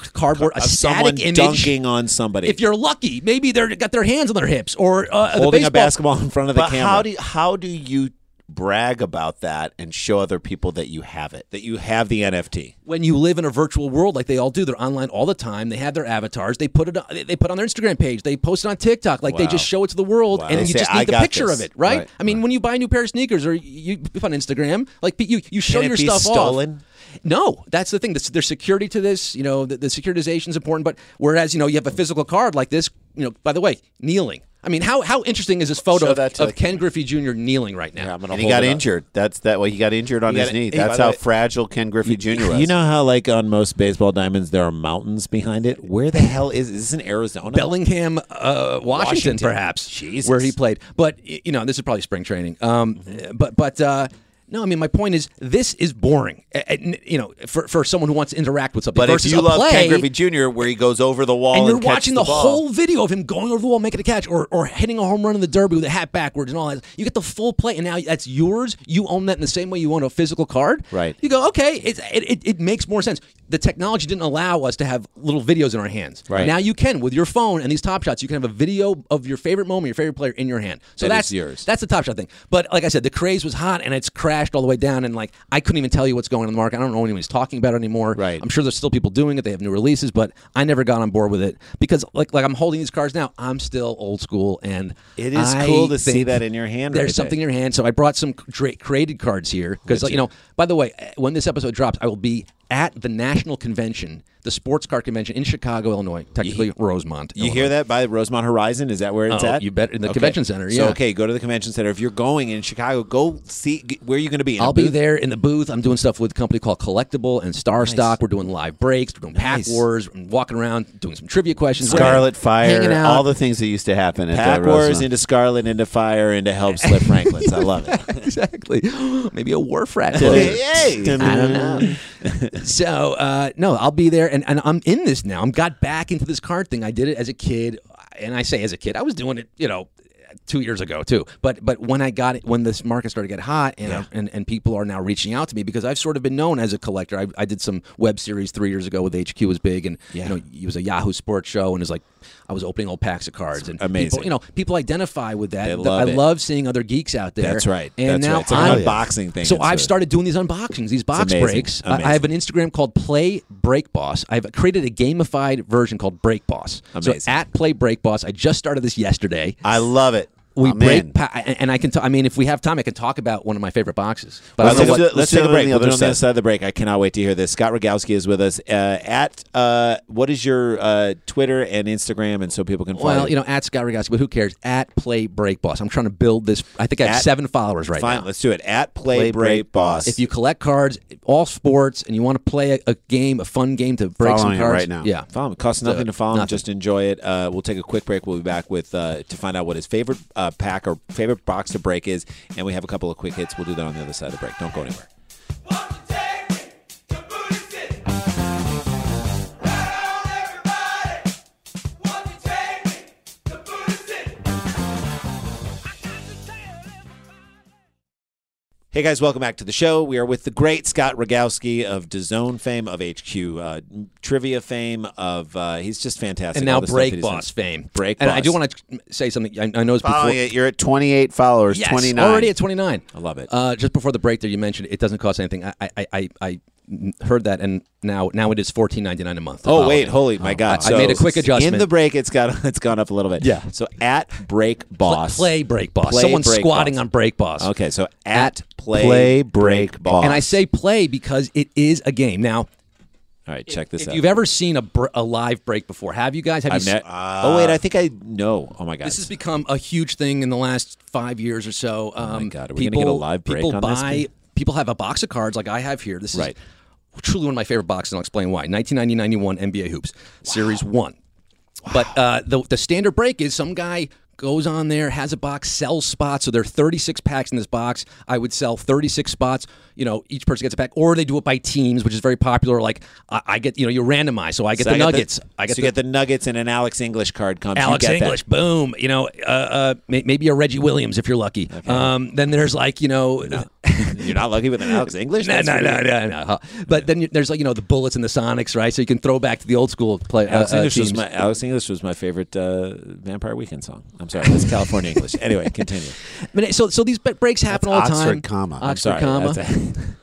[SPEAKER 4] c- cardboard, a
[SPEAKER 3] of someone
[SPEAKER 4] static image.
[SPEAKER 3] dunking on somebody,
[SPEAKER 4] If you're lucky, maybe they're got their hands on their hips or uh, the
[SPEAKER 3] holding a
[SPEAKER 4] baseball-
[SPEAKER 3] basketball in front of the
[SPEAKER 2] But
[SPEAKER 3] camera,
[SPEAKER 2] how do how do you brag about that and show other people that you have it?
[SPEAKER 3] that you have the NFT.
[SPEAKER 4] when you live in a virtual world like they all do they're online all the time they have their avatars they put it on, they put it on their instagram page they post it on tiktok like they
[SPEAKER 3] Wow.
[SPEAKER 4] just show it to the world and
[SPEAKER 2] They
[SPEAKER 4] you
[SPEAKER 2] say,
[SPEAKER 4] just
[SPEAKER 2] "I
[SPEAKER 4] need the
[SPEAKER 2] got
[SPEAKER 4] picture
[SPEAKER 2] this."
[SPEAKER 4] of it right,
[SPEAKER 3] Right,
[SPEAKER 4] i mean when you buy a new pair of sneakers or you you put on instagram like you you show
[SPEAKER 3] Can it
[SPEAKER 4] your
[SPEAKER 3] be
[SPEAKER 4] stuff
[SPEAKER 3] stolen?
[SPEAKER 4] off No, that's the thing. This, there's security to this. You know, the, the securitization is important. But whereas you know you have a physical card like this. You know, by the way, kneeling. I mean, how how interesting is this photo
[SPEAKER 5] Show
[SPEAKER 4] of,
[SPEAKER 5] that to
[SPEAKER 4] of
[SPEAKER 5] the
[SPEAKER 4] Ken Griffey Jr. kneeling right now?
[SPEAKER 5] I'm gonna
[SPEAKER 2] And he
[SPEAKER 5] hold
[SPEAKER 2] got
[SPEAKER 5] it up.
[SPEAKER 2] injured. That's that way. He got injured on
[SPEAKER 5] He
[SPEAKER 2] his
[SPEAKER 5] got-
[SPEAKER 2] knee.
[SPEAKER 5] hey, by
[SPEAKER 2] That's
[SPEAKER 5] the
[SPEAKER 2] how
[SPEAKER 5] way-
[SPEAKER 2] fragile Ken Griffey Jr. was.
[SPEAKER 3] You know how, like, on most baseball diamonds, there are mountains behind it? Where the hell is, is this in Arizona?
[SPEAKER 4] Bellingham, uh, Washington,
[SPEAKER 3] Washington.
[SPEAKER 4] perhaps,
[SPEAKER 3] Jesus.
[SPEAKER 4] where he played. But y- you know, this is probably spring training. Um,
[SPEAKER 5] Mm-hmm.
[SPEAKER 4] But but uh, no, I mean, my point is, this is boring. Uh, uh, n- you know, for, for someone who wants to interact with something.
[SPEAKER 5] But if
[SPEAKER 4] versus
[SPEAKER 5] you
[SPEAKER 4] a
[SPEAKER 5] love
[SPEAKER 4] play,
[SPEAKER 5] Ken Griffey Jr., where he goes over the wall
[SPEAKER 4] and
[SPEAKER 5] and,
[SPEAKER 4] you're
[SPEAKER 5] catches
[SPEAKER 4] watching the,
[SPEAKER 5] ball,
[SPEAKER 4] whole video of him going over the wall, making a catch, or, or hitting a home run in the derby with a hat backwards and all that. You get the full play, and now that's yours. You own that in the same way you own a physical card.
[SPEAKER 3] Right.
[SPEAKER 4] You go, okay, it's, it, it, it makes more sense. The technology didn't allow us to have little videos in our hands.
[SPEAKER 3] Right.
[SPEAKER 4] Now you can, with your phone and these top shots, you can have a video of your favorite moment, your favorite player in your hand. So
[SPEAKER 3] That
[SPEAKER 4] that's
[SPEAKER 3] is yours.
[SPEAKER 4] That's the top shot thing. But like I said, the craze was hot, and it's crashed all the way down, and like I couldn't even tell you what's going on in the market. I don't know what anybody's talking about anymore.
[SPEAKER 3] Right.
[SPEAKER 4] I'm sure there's still people doing it. They have new releases, but I never got on board with it because, like, like I'm holding these cards now. I'm still old school, and
[SPEAKER 3] It is
[SPEAKER 4] I
[SPEAKER 3] cool to see
[SPEAKER 4] think
[SPEAKER 3] that in your hand
[SPEAKER 4] There's
[SPEAKER 3] right
[SPEAKER 4] something in your hand, so I brought some dra- created cards here because, like, you know. By the way, eh, when this episode drops, I will be at the national convention, the sports card convention in Chicago, Illinois, technically Rosemont.
[SPEAKER 3] You hear that by Rosemont Horizon? Is that where it's
[SPEAKER 4] Oh,
[SPEAKER 3] at?
[SPEAKER 4] you bet- in the convention center, yeah.
[SPEAKER 3] So okay, go to the convention center. If you're going in Chicago, go see g- where you're going to be. In a
[SPEAKER 4] I'll be
[SPEAKER 3] booth?
[SPEAKER 4] there in the booth. I'm doing stuff with a company called Collectible and Star Stock. We're doing live breaks. We're doing pack
[SPEAKER 3] Nice.
[SPEAKER 4] wars. I'm walking around doing some trivia questions.
[SPEAKER 2] Scarlet
[SPEAKER 4] Hanging
[SPEAKER 2] Fire,
[SPEAKER 4] out.
[SPEAKER 2] all the things that used to happen at
[SPEAKER 3] Pack
[SPEAKER 2] the
[SPEAKER 3] Wars
[SPEAKER 2] Rosemont.
[SPEAKER 3] into Scarlet, into Fire, into Help Slip Franklin's. I love it.
[SPEAKER 4] exactly. Maybe a wharf rat.
[SPEAKER 3] Hey,
[SPEAKER 4] close.
[SPEAKER 3] hey.
[SPEAKER 4] I don't know. so uh, no, I'll be there, and, and I'm in this now. I'm got back into this card thing. I did it as a kid, and I say as a kid, I was doing it, you know, two years ago too. But but when I got it, when this market started to get hot, and and, and people are now reaching out to me because I've sort of been known as a collector. I, I did some web series three years ago with HQ was big, and you know, it was a Yahoo Sports show, and it was like I was opening old packs of cards, and
[SPEAKER 3] amazing.
[SPEAKER 4] People, you know, people identify with that.
[SPEAKER 3] They
[SPEAKER 4] The-
[SPEAKER 3] love
[SPEAKER 4] I
[SPEAKER 3] it.
[SPEAKER 4] love seeing other geeks out there.
[SPEAKER 3] That's right.
[SPEAKER 4] And
[SPEAKER 3] That's
[SPEAKER 4] now
[SPEAKER 3] right. It's like an
[SPEAKER 4] I'm
[SPEAKER 3] unboxing thing
[SPEAKER 4] So
[SPEAKER 3] instead
[SPEAKER 4] I've
[SPEAKER 3] of-
[SPEAKER 4] started started doing these unboxings, these box
[SPEAKER 3] amazing.
[SPEAKER 4] breaks. I-
[SPEAKER 3] Amazing.
[SPEAKER 4] I have an Instagram called Play Break Boss. I've created a gamified version called Break Boss. So
[SPEAKER 3] Amazing. Ah,
[SPEAKER 4] at Play Break Boss, I just started this yesterday.
[SPEAKER 2] I love it.
[SPEAKER 4] We
[SPEAKER 2] I'm in.
[SPEAKER 4] break, pa- and and I can. T- I mean, if we have time, I can talk about one of my favorite boxes. But I
[SPEAKER 2] Let's
[SPEAKER 4] don't know
[SPEAKER 2] do
[SPEAKER 4] what-
[SPEAKER 2] it- let's
[SPEAKER 3] Let's
[SPEAKER 2] do
[SPEAKER 3] take
[SPEAKER 2] it
[SPEAKER 3] a
[SPEAKER 2] on
[SPEAKER 3] break.
[SPEAKER 2] the
[SPEAKER 3] We'll
[SPEAKER 2] other
[SPEAKER 3] do it on the
[SPEAKER 2] side.
[SPEAKER 3] other side of the break. I cannot wait to hear this. Scott Rogowski is with us uh, at uh, what is your uh, Twitter and Instagram, and so people can follow.
[SPEAKER 4] well, you know, at Scott Rogowski, but who cares? At Play Break Boss. I'm trying to build this. I think I have
[SPEAKER 3] At-
[SPEAKER 4] seven followers right
[SPEAKER 3] fine.
[SPEAKER 4] now.
[SPEAKER 3] Let's do it at Play,
[SPEAKER 2] Play
[SPEAKER 3] Break,
[SPEAKER 2] Break
[SPEAKER 3] Boss.
[SPEAKER 4] If you collect cards, all sports, and you want to play a, a game, a fun game to break
[SPEAKER 2] Following it
[SPEAKER 4] some cards
[SPEAKER 2] right now.
[SPEAKER 4] Yeah,
[SPEAKER 3] Follow him. It costs nothing
[SPEAKER 4] it.
[SPEAKER 3] to follow him.
[SPEAKER 4] Nothing.
[SPEAKER 3] Just enjoy it. Uh, we'll take a quick break. We'll be back with uh, to find out what his favorite uh, pack or favorite box to break is, and we have a couple of quick hits. We'll do that on the other side of the break. Don't go anywhere. Hey guys, welcome back to the show. We are with the great Scott Rogowski of DAZN fame, of HQ uh, trivia fame, of uh, he's just fantastic.
[SPEAKER 4] and
[SPEAKER 3] All
[SPEAKER 4] now
[SPEAKER 3] the stuff that
[SPEAKER 4] Break
[SPEAKER 3] he's
[SPEAKER 4] Boss
[SPEAKER 3] done.
[SPEAKER 4] fame.
[SPEAKER 3] Break
[SPEAKER 4] and I
[SPEAKER 3] Boss.
[SPEAKER 4] do want to say something. I, I know it's before.
[SPEAKER 2] Following it, you're at 28 followers,
[SPEAKER 4] Yes,
[SPEAKER 2] 29.
[SPEAKER 4] already at 29. I
[SPEAKER 3] love it.
[SPEAKER 4] Uh, just before the break there, you mentioned it doesn't cost anything. I I, I, I heard that, and now now it is fourteen ninety nine a month. to
[SPEAKER 3] Oh
[SPEAKER 4] follow
[SPEAKER 3] wait,
[SPEAKER 4] it.
[SPEAKER 3] holy my God!
[SPEAKER 4] I- I made a quick adjustment.
[SPEAKER 3] in the break. It's got it's gone up a little bit.
[SPEAKER 4] Yeah.
[SPEAKER 3] So at Break Boss,
[SPEAKER 4] Play break boss.
[SPEAKER 3] Play
[SPEAKER 4] Someone's
[SPEAKER 3] Break
[SPEAKER 4] squatting
[SPEAKER 3] Boss.
[SPEAKER 4] on break boss.
[SPEAKER 3] Okay, so at Play,
[SPEAKER 2] Play Break Boss.
[SPEAKER 4] And I say play because it is a game. Now,
[SPEAKER 3] All right, check this
[SPEAKER 4] if
[SPEAKER 3] out.
[SPEAKER 4] you've ever seen a, br- a live break before, have you guys? Have
[SPEAKER 3] I've
[SPEAKER 4] you?
[SPEAKER 3] ne-
[SPEAKER 4] s- Ah.
[SPEAKER 3] oh wait, I think I know. Oh my God,
[SPEAKER 4] This has become a huge thing in the last five years or so. Um,
[SPEAKER 3] Oh God, are we gonna get a live break
[SPEAKER 4] People
[SPEAKER 3] on this
[SPEAKER 4] buy.
[SPEAKER 3] thing?
[SPEAKER 4] People have a box of cards like I have here. This is
[SPEAKER 3] Right.
[SPEAKER 4] truly one of my favorite boxes. and I'll explain why. 1990-91 NBA hoops series one. But uh, the the standard break is some guy goes on there has a box sells spots so there are 36 packs in this box i would sell 36 spots you know each person gets a pack or they do it by teams which is very popular like i, I get you know you randomize so i get
[SPEAKER 3] So
[SPEAKER 4] the
[SPEAKER 3] I
[SPEAKER 4] nuggets i
[SPEAKER 3] so
[SPEAKER 4] get
[SPEAKER 3] you
[SPEAKER 4] the
[SPEAKER 3] get the Nuggets and an Alex English card comes. You
[SPEAKER 4] Alex
[SPEAKER 3] get that.
[SPEAKER 4] English, boom. You know, uh, uh, may- maybe a Reggie Williams if you're lucky. Um, then there's like you know, no,
[SPEAKER 3] You're not lucky with an Alex English.
[SPEAKER 4] no,
[SPEAKER 3] That's
[SPEAKER 4] no, no,
[SPEAKER 3] ridiculous.
[SPEAKER 4] no, Huh. But then you- there's like you know the Bullets and the Sonics, right? So you can throw back to the old school play.
[SPEAKER 3] Alex
[SPEAKER 4] uh, uh,
[SPEAKER 3] English was
[SPEAKER 4] teams.
[SPEAKER 3] my Alex English was my favorite uh, Vampire Weekend song. I'm sorry, that's California English. Anyway, continue.
[SPEAKER 4] I mean, so so these be- breaks happen all
[SPEAKER 2] That's
[SPEAKER 4] the time.
[SPEAKER 2] Oxford comma. I'm
[SPEAKER 4] Oxford
[SPEAKER 3] Sorry,
[SPEAKER 4] comma.
[SPEAKER 3] that's a-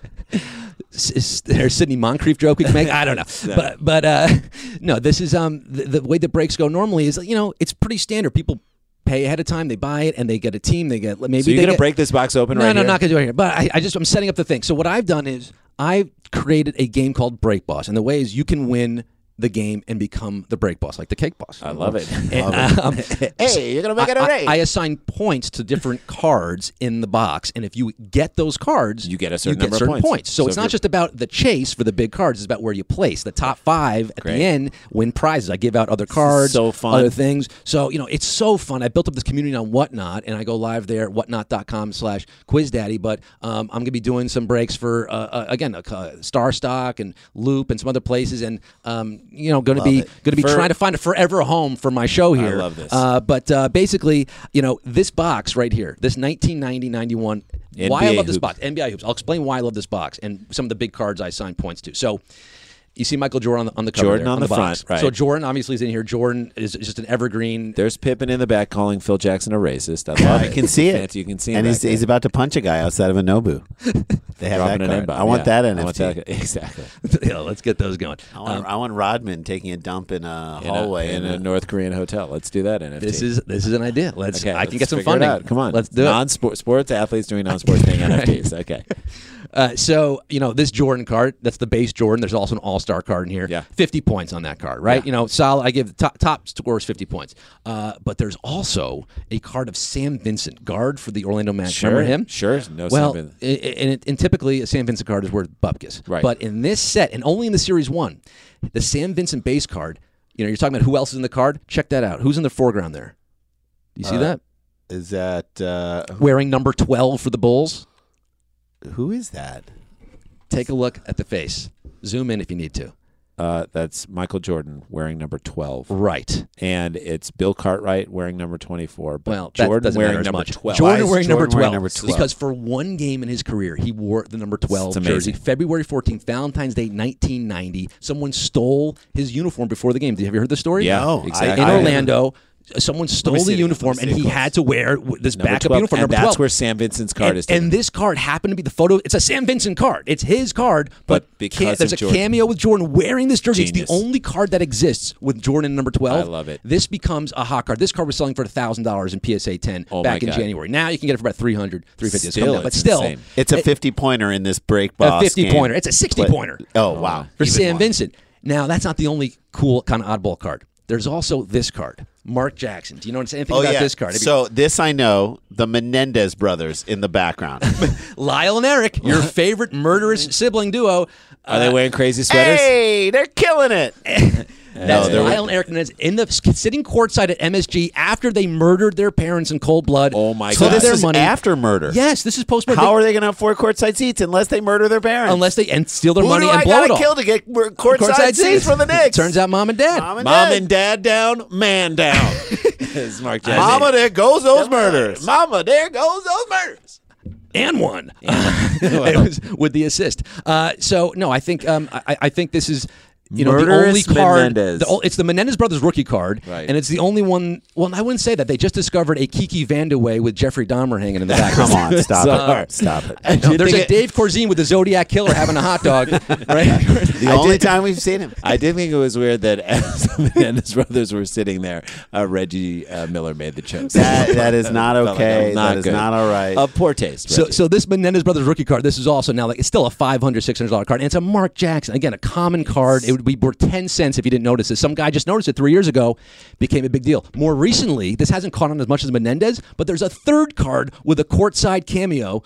[SPEAKER 4] S- is there a Sidney Moncrief joke we can make? I don't know. But but uh, no, this is um the, the way the breaks go normally is you know it's pretty standard. People pay ahead of time, they buy it, and they get a team. They get maybe
[SPEAKER 3] so you're
[SPEAKER 4] they
[SPEAKER 3] gonna
[SPEAKER 4] get,
[SPEAKER 3] break this box open
[SPEAKER 4] no,
[SPEAKER 3] right
[SPEAKER 4] no,
[SPEAKER 3] here?
[SPEAKER 4] not gonna do it here. But I, I just I'm setting up the thing. So what I've done is I created a game called Break Boss, and the way is you can win the game and become the break boss, like the cake boss. Um,
[SPEAKER 3] I love it.
[SPEAKER 2] Hey, you're gonna make
[SPEAKER 4] I-
[SPEAKER 2] it a
[SPEAKER 4] I-
[SPEAKER 2] raid.
[SPEAKER 4] I, assign points to different cards in the box, and if you get those cards,
[SPEAKER 3] You get a certain number of
[SPEAKER 4] certain
[SPEAKER 3] points.
[SPEAKER 4] So,
[SPEAKER 3] So
[SPEAKER 4] it's
[SPEAKER 3] if
[SPEAKER 4] not
[SPEAKER 3] you're-
[SPEAKER 4] just about the chase for the big cards; it's about where you place. The top five at
[SPEAKER 3] Great.
[SPEAKER 4] the end win prizes. I give out other cards,
[SPEAKER 3] So fun.
[SPEAKER 4] other things. So you know, it's so fun. I built up this community on Whatnot, and I go live there, whatnot.com/slash quiz daddy. But um, I'm gonna be doing some breaks for uh, uh, again, uh, Star Stock and Loop and some other places, and um, you know, gonna be gonna be
[SPEAKER 3] For-
[SPEAKER 4] trying to find a forever home for my show here.
[SPEAKER 3] love this.
[SPEAKER 4] Uh, uh, but uh, basically, you know, this box right here, this 1990-91, why I
[SPEAKER 3] NBA
[SPEAKER 4] love this
[SPEAKER 3] hoops.
[SPEAKER 4] box, NBA hoops. I'll explain why I love this box and some of the big cards I assign points to. So. You see Michael Jordan on the, on the cover
[SPEAKER 3] Jordan
[SPEAKER 4] there,
[SPEAKER 3] on
[SPEAKER 4] the,
[SPEAKER 3] the
[SPEAKER 4] box.
[SPEAKER 3] front, right.
[SPEAKER 4] So Jordan obviously is in here. Jordan is just an evergreen.
[SPEAKER 3] There's Pippen in the back calling Phil Jackson a racist. I love
[SPEAKER 2] I
[SPEAKER 3] it.
[SPEAKER 2] can see it.
[SPEAKER 3] Fancy, You can see him.
[SPEAKER 2] and
[SPEAKER 3] back
[SPEAKER 2] he's,
[SPEAKER 3] there.
[SPEAKER 2] he's about to punch a guy outside of a Nobu. They have that
[SPEAKER 3] dropping an
[SPEAKER 2] card.
[SPEAKER 3] N-bomb.
[SPEAKER 2] I want
[SPEAKER 3] Yeah,
[SPEAKER 2] that NFT.
[SPEAKER 3] I want that- exactly.
[SPEAKER 4] yeah, let's get those going.
[SPEAKER 2] I want, I want Rodman taking a dump in a
[SPEAKER 3] In a-
[SPEAKER 2] hallway
[SPEAKER 3] in
[SPEAKER 2] and
[SPEAKER 3] a North Korean hotel. Let's do that NFT.
[SPEAKER 4] This is this is an idea. Let's.
[SPEAKER 3] Okay,
[SPEAKER 4] I can
[SPEAKER 3] let's
[SPEAKER 4] get some
[SPEAKER 3] figure it
[SPEAKER 4] funding.
[SPEAKER 3] out. Come on,
[SPEAKER 4] let's do it.
[SPEAKER 3] non-sports sports athletes doing non-sports thing NFTs. Okay,
[SPEAKER 4] Uh, so you know this Jordan card. That's the base Jordan. There's also an All Star card in here.
[SPEAKER 3] Yeah.
[SPEAKER 4] fifty points on that card, right? You know, solid. I give the top top scores fifty points. Uh, but there's also a card of Sam Vincent, guard for the Orlando Magic.
[SPEAKER 3] Sure,
[SPEAKER 4] Remember him?
[SPEAKER 3] sure. No Sam
[SPEAKER 4] well,
[SPEAKER 3] Vincent.
[SPEAKER 4] i- i- and, it- and typically a Sam Vincent card is worth bupkis.
[SPEAKER 3] Right.
[SPEAKER 4] But in this set, and only in the series one, the Sam Vincent base card. You know, you're talking about who else is in the card. Check that out. Who's in the foreground there? Do
[SPEAKER 3] Uh,
[SPEAKER 4] you see that?
[SPEAKER 2] is that uh,
[SPEAKER 4] Wearing number twelve for the Bulls.
[SPEAKER 2] who- who is that?
[SPEAKER 4] Take a look at the face. Zoom in if you need to.
[SPEAKER 3] uh, that's Michael Jordan wearing number twelve,
[SPEAKER 4] Right.
[SPEAKER 3] and it's Bill Cartwright wearing number twenty-four. But
[SPEAKER 4] Well, that
[SPEAKER 3] Jordan
[SPEAKER 4] doesn't
[SPEAKER 3] wearing
[SPEAKER 4] matter as
[SPEAKER 3] number
[SPEAKER 4] much.
[SPEAKER 3] twelve.
[SPEAKER 2] Why
[SPEAKER 4] Jordan
[SPEAKER 2] is
[SPEAKER 4] wearing number
[SPEAKER 2] Jordan
[SPEAKER 4] 12,
[SPEAKER 2] wearing number 12?
[SPEAKER 4] because for one game in his career he wore the number 12
[SPEAKER 3] It's
[SPEAKER 4] jersey.
[SPEAKER 3] amazing.
[SPEAKER 4] February 14th, Valentine's Day 1990, someone stole his uniform before the game. Have you heard the story?
[SPEAKER 3] Yeah,
[SPEAKER 2] No, I-
[SPEAKER 3] exactly.
[SPEAKER 4] In
[SPEAKER 2] I-
[SPEAKER 4] Orlando, someone stole
[SPEAKER 2] see
[SPEAKER 4] the
[SPEAKER 2] it.
[SPEAKER 4] uniform
[SPEAKER 2] Let
[SPEAKER 4] and
[SPEAKER 2] me see it
[SPEAKER 4] he
[SPEAKER 2] close.
[SPEAKER 4] had to wear w- this
[SPEAKER 3] number
[SPEAKER 4] backup
[SPEAKER 3] 12,
[SPEAKER 4] uniform
[SPEAKER 3] and
[SPEAKER 4] number
[SPEAKER 3] that's
[SPEAKER 4] 12.
[SPEAKER 3] where Sam Vincent's card
[SPEAKER 4] and,
[SPEAKER 3] is. taken.
[SPEAKER 4] and this card happened to be the photo. It's a Sam Vincent card. It's his card, but,
[SPEAKER 3] But because
[SPEAKER 4] ca- there's
[SPEAKER 3] of
[SPEAKER 4] a
[SPEAKER 3] Jordan.
[SPEAKER 4] cameo with Jordan wearing this jersey. It's
[SPEAKER 3] Genius.
[SPEAKER 4] the only card that exists with Jordan in number twelve.
[SPEAKER 3] I love it.
[SPEAKER 4] This becomes a hot card. This card was selling for thousand dollars in PSA ten
[SPEAKER 3] Oh my
[SPEAKER 4] back in
[SPEAKER 3] God.
[SPEAKER 4] January. Now you can get it for about 300 350 It's come
[SPEAKER 3] Still,
[SPEAKER 4] down. but
[SPEAKER 3] it's
[SPEAKER 4] still.
[SPEAKER 3] insane.
[SPEAKER 2] It's a 50 pointer in this break
[SPEAKER 4] A
[SPEAKER 2] boss.
[SPEAKER 4] 50
[SPEAKER 2] game.
[SPEAKER 4] pointer. It's a 60
[SPEAKER 2] But-
[SPEAKER 4] pointer.
[SPEAKER 2] Oh, wow.
[SPEAKER 4] For
[SPEAKER 2] Even
[SPEAKER 4] Sam
[SPEAKER 2] more.
[SPEAKER 4] Vincent. Now, that's not the only cool kind of oddball card. There's also this card, Mark Jackson. Do you know anything
[SPEAKER 2] Oh,
[SPEAKER 4] about
[SPEAKER 2] yeah.
[SPEAKER 4] this card? Have you-
[SPEAKER 2] So, this I know the Menendez brothers in the background.
[SPEAKER 4] Lyle and Eric, your favorite murderous sibling duo.
[SPEAKER 3] Are they wearing crazy sweaters?
[SPEAKER 2] hey, they're killing it.
[SPEAKER 4] That's
[SPEAKER 2] they're-
[SPEAKER 4] Lyle and Eric Menendez in the sitting courtside at MSG after they murdered their parents in cold blood.
[SPEAKER 3] Oh my
[SPEAKER 4] took
[SPEAKER 3] God.
[SPEAKER 2] so, this
[SPEAKER 4] their
[SPEAKER 2] is
[SPEAKER 4] money.
[SPEAKER 2] after murder.
[SPEAKER 4] Yes, this is post murder.
[SPEAKER 2] How are they going to have four courtside seats unless they murder their parents?
[SPEAKER 4] unless they and steal their
[SPEAKER 2] Who
[SPEAKER 4] money
[SPEAKER 2] do
[SPEAKER 4] and
[SPEAKER 2] I
[SPEAKER 4] blow
[SPEAKER 2] gotta
[SPEAKER 4] it all?
[SPEAKER 2] kill to get courtside, courtside seats for the Knicks?
[SPEAKER 4] Turns out, mom and dad.
[SPEAKER 2] Mom and
[SPEAKER 3] Mom
[SPEAKER 2] dad.
[SPEAKER 3] and dad down, man down. It's Mark Jackson.
[SPEAKER 2] Mama, there goes those murders. Mama, there goes those murders.
[SPEAKER 4] and one. it was with the assist. Uh, so no, I think um, I, I think this is. You know,
[SPEAKER 3] Murderous
[SPEAKER 4] the only card,
[SPEAKER 3] Menendez.
[SPEAKER 4] the, o- it's the Menendez brothers rookie card,
[SPEAKER 3] Right.
[SPEAKER 4] and it's the only one. Well, I wouldn't say that. They just discovered a Kiki Vandaway with Jeffrey Dahmer hanging in the back.
[SPEAKER 2] Come on, stop
[SPEAKER 3] Sorry.
[SPEAKER 2] it. Stop it.
[SPEAKER 4] No, there's a Dave Corzine with the Zodiac Killer having a hot dog, right?
[SPEAKER 2] The only time we've seen him.
[SPEAKER 3] I did think it was weird that as the Menendez brothers were sitting there, uh, Reggie uh, Miller made the choice.
[SPEAKER 2] That, that is not
[SPEAKER 3] Felt like
[SPEAKER 2] okay.
[SPEAKER 3] I'm not
[SPEAKER 2] that is
[SPEAKER 3] good.
[SPEAKER 2] not all right.
[SPEAKER 3] Uh, poor taste.
[SPEAKER 4] So,
[SPEAKER 3] Reggie.
[SPEAKER 4] so this Menendez Brothers rookie card, this is also now like it's still a $500, $600 card. And it's a Mark Jackson. Again, a common card. It would be worth 10 cents if you didn't notice this. Some guy just noticed it three years ago, became a big deal. More recently, this hasn't caught on as much as Menendez, but there's a third card with a courtside cameo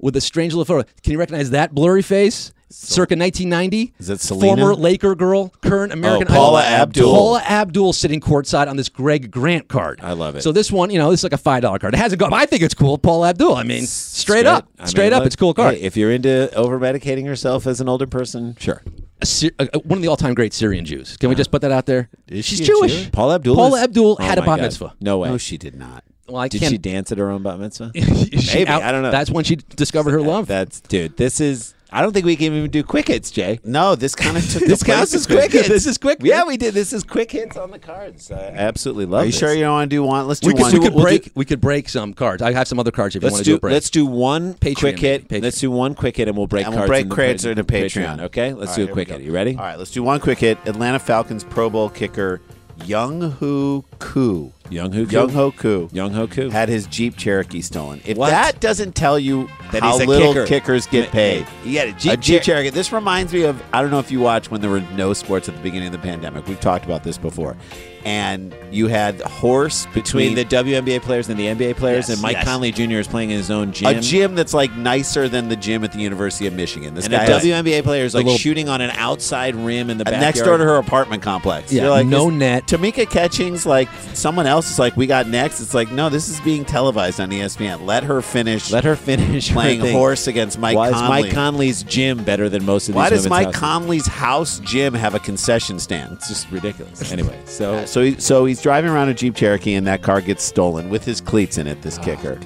[SPEAKER 4] with a strange little photo. Can you recognize that blurry face? Circa 1990.
[SPEAKER 2] Is that Selena?
[SPEAKER 4] Former Laker girl, current American
[SPEAKER 2] Paula
[SPEAKER 4] Idol.
[SPEAKER 2] Abdul.
[SPEAKER 4] Paula Abdul sitting courtside on this Greg Grant card. I
[SPEAKER 3] love it.
[SPEAKER 4] So this one, you know, this is like a five dollar card. It hasn't gone. I think it's cool, Paula Abdul. I mean, straight, up,
[SPEAKER 3] I mean,
[SPEAKER 4] straight up,
[SPEAKER 3] look,
[SPEAKER 4] it's a cool card.
[SPEAKER 3] hey, if you're into over medicating yourself as an older person, sure.
[SPEAKER 4] A Sy- a- a- one of the all time great Syrian Jews. Can we just put that out there? She's
[SPEAKER 3] she a
[SPEAKER 4] Jewish.
[SPEAKER 3] Jew? Paula Abdul.
[SPEAKER 4] Paula
[SPEAKER 3] is-
[SPEAKER 4] Abdul
[SPEAKER 3] Oh
[SPEAKER 4] had a
[SPEAKER 3] my
[SPEAKER 4] bat
[SPEAKER 3] God.
[SPEAKER 4] mitzvah.
[SPEAKER 3] No way.
[SPEAKER 2] no, she did not.
[SPEAKER 4] Well, I
[SPEAKER 3] did
[SPEAKER 4] can't.
[SPEAKER 3] she dance at her own bat mitzvah?
[SPEAKER 4] she
[SPEAKER 3] Maybe.
[SPEAKER 4] out-
[SPEAKER 3] I don't know.
[SPEAKER 4] That's when she discovered her love.
[SPEAKER 3] That's dude. This is. I don't think we can even do quick hits, Jay.
[SPEAKER 2] No, this kind of took
[SPEAKER 3] This
[SPEAKER 2] the place
[SPEAKER 3] counts as
[SPEAKER 2] between-
[SPEAKER 3] quick hits.
[SPEAKER 4] This is quick.
[SPEAKER 3] Yeah, we did. This is quick hits on the cards. I absolutely love.
[SPEAKER 2] Are you
[SPEAKER 3] this.
[SPEAKER 2] sure you don't want to do one? Let's do
[SPEAKER 4] we could,
[SPEAKER 2] one.
[SPEAKER 4] we could
[SPEAKER 3] we'll do-
[SPEAKER 4] break. we could break some cards. I have some other cards if you
[SPEAKER 3] Let's
[SPEAKER 4] want to
[SPEAKER 3] do,
[SPEAKER 4] do, a break.
[SPEAKER 3] let's do one
[SPEAKER 4] Patreon,
[SPEAKER 3] quick hit.
[SPEAKER 4] maybe. Patreon.
[SPEAKER 3] Let's do one quick hit, and we'll break
[SPEAKER 2] and
[SPEAKER 3] cards
[SPEAKER 2] we'll break
[SPEAKER 3] in the
[SPEAKER 2] crates into Patreon.
[SPEAKER 3] Patreon. Okay, let's
[SPEAKER 2] All right,
[SPEAKER 3] do a
[SPEAKER 2] here
[SPEAKER 3] quick
[SPEAKER 2] we go.
[SPEAKER 3] hit. You ready?
[SPEAKER 2] All right, let's do one quick hit. Atlanta Falcons Pro Bowl kicker Young Hoo Koo.
[SPEAKER 3] Young Ho Koo.
[SPEAKER 2] Young Ho Koo.
[SPEAKER 3] Young Ho Koo.
[SPEAKER 2] Had his Jeep Cherokee stolen. If
[SPEAKER 3] What?
[SPEAKER 2] that doesn't tell you
[SPEAKER 3] That
[SPEAKER 2] how
[SPEAKER 3] he's a
[SPEAKER 2] little
[SPEAKER 3] kicker.
[SPEAKER 2] kickers get paid,
[SPEAKER 3] He had a Jeep
[SPEAKER 2] a Jeep Uh,
[SPEAKER 3] Cher-
[SPEAKER 2] Cherokee. This reminds me of I don't know if you watch when there were no sports at the beginning of the pandemic. We've talked about this before, and you had horse between,
[SPEAKER 3] between the WNBA players and the NBA players,
[SPEAKER 2] Yes,
[SPEAKER 3] and Mike
[SPEAKER 2] yes.
[SPEAKER 3] Conley Jr. is playing in his own gym.
[SPEAKER 2] a gym that's like nicer than the gym at the University of Michigan. This
[SPEAKER 3] and a
[SPEAKER 2] guy has-
[SPEAKER 3] WNBA player is like
[SPEAKER 4] little-
[SPEAKER 3] shooting on an outside rim in the
[SPEAKER 2] uh,
[SPEAKER 3] backyard.
[SPEAKER 2] next door to her apartment complex.
[SPEAKER 4] Yeah,
[SPEAKER 2] You're like,
[SPEAKER 4] no
[SPEAKER 2] is-
[SPEAKER 4] net.
[SPEAKER 2] Tamika Catchings, like someone else is like, we got next. It's like, no, this is being televised on E ESPN. Let her finish.
[SPEAKER 3] Let her finish her
[SPEAKER 2] playing
[SPEAKER 3] thing.
[SPEAKER 2] horse against Mike
[SPEAKER 3] Why
[SPEAKER 2] Conley.
[SPEAKER 3] is Mike Conley's gym better than most of these
[SPEAKER 2] Why does
[SPEAKER 3] women's
[SPEAKER 2] Mike
[SPEAKER 3] houses?
[SPEAKER 2] Conley's house gym have a concession stand?
[SPEAKER 3] It's just ridiculous. Anyway, so
[SPEAKER 2] So, he, so he's driving around a Jeep Cherokee, and that car gets stolen with his cleats in it.
[SPEAKER 4] Oh,
[SPEAKER 2] This kicker.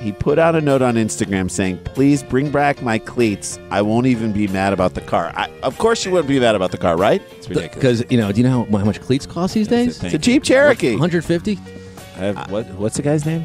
[SPEAKER 2] He put out a note on Instagram saying, "Please bring back my cleats. I won't even be mad about the car. I, of course, you wouldn't be mad about the car, right?
[SPEAKER 3] it's ridiculous.
[SPEAKER 4] Because you know, do you know how, how much cleats cost these
[SPEAKER 3] That's it,
[SPEAKER 4] days?
[SPEAKER 3] thank
[SPEAKER 2] It's a Jeep Cherokee.
[SPEAKER 4] 150.
[SPEAKER 3] I have, what, what's the guy's name?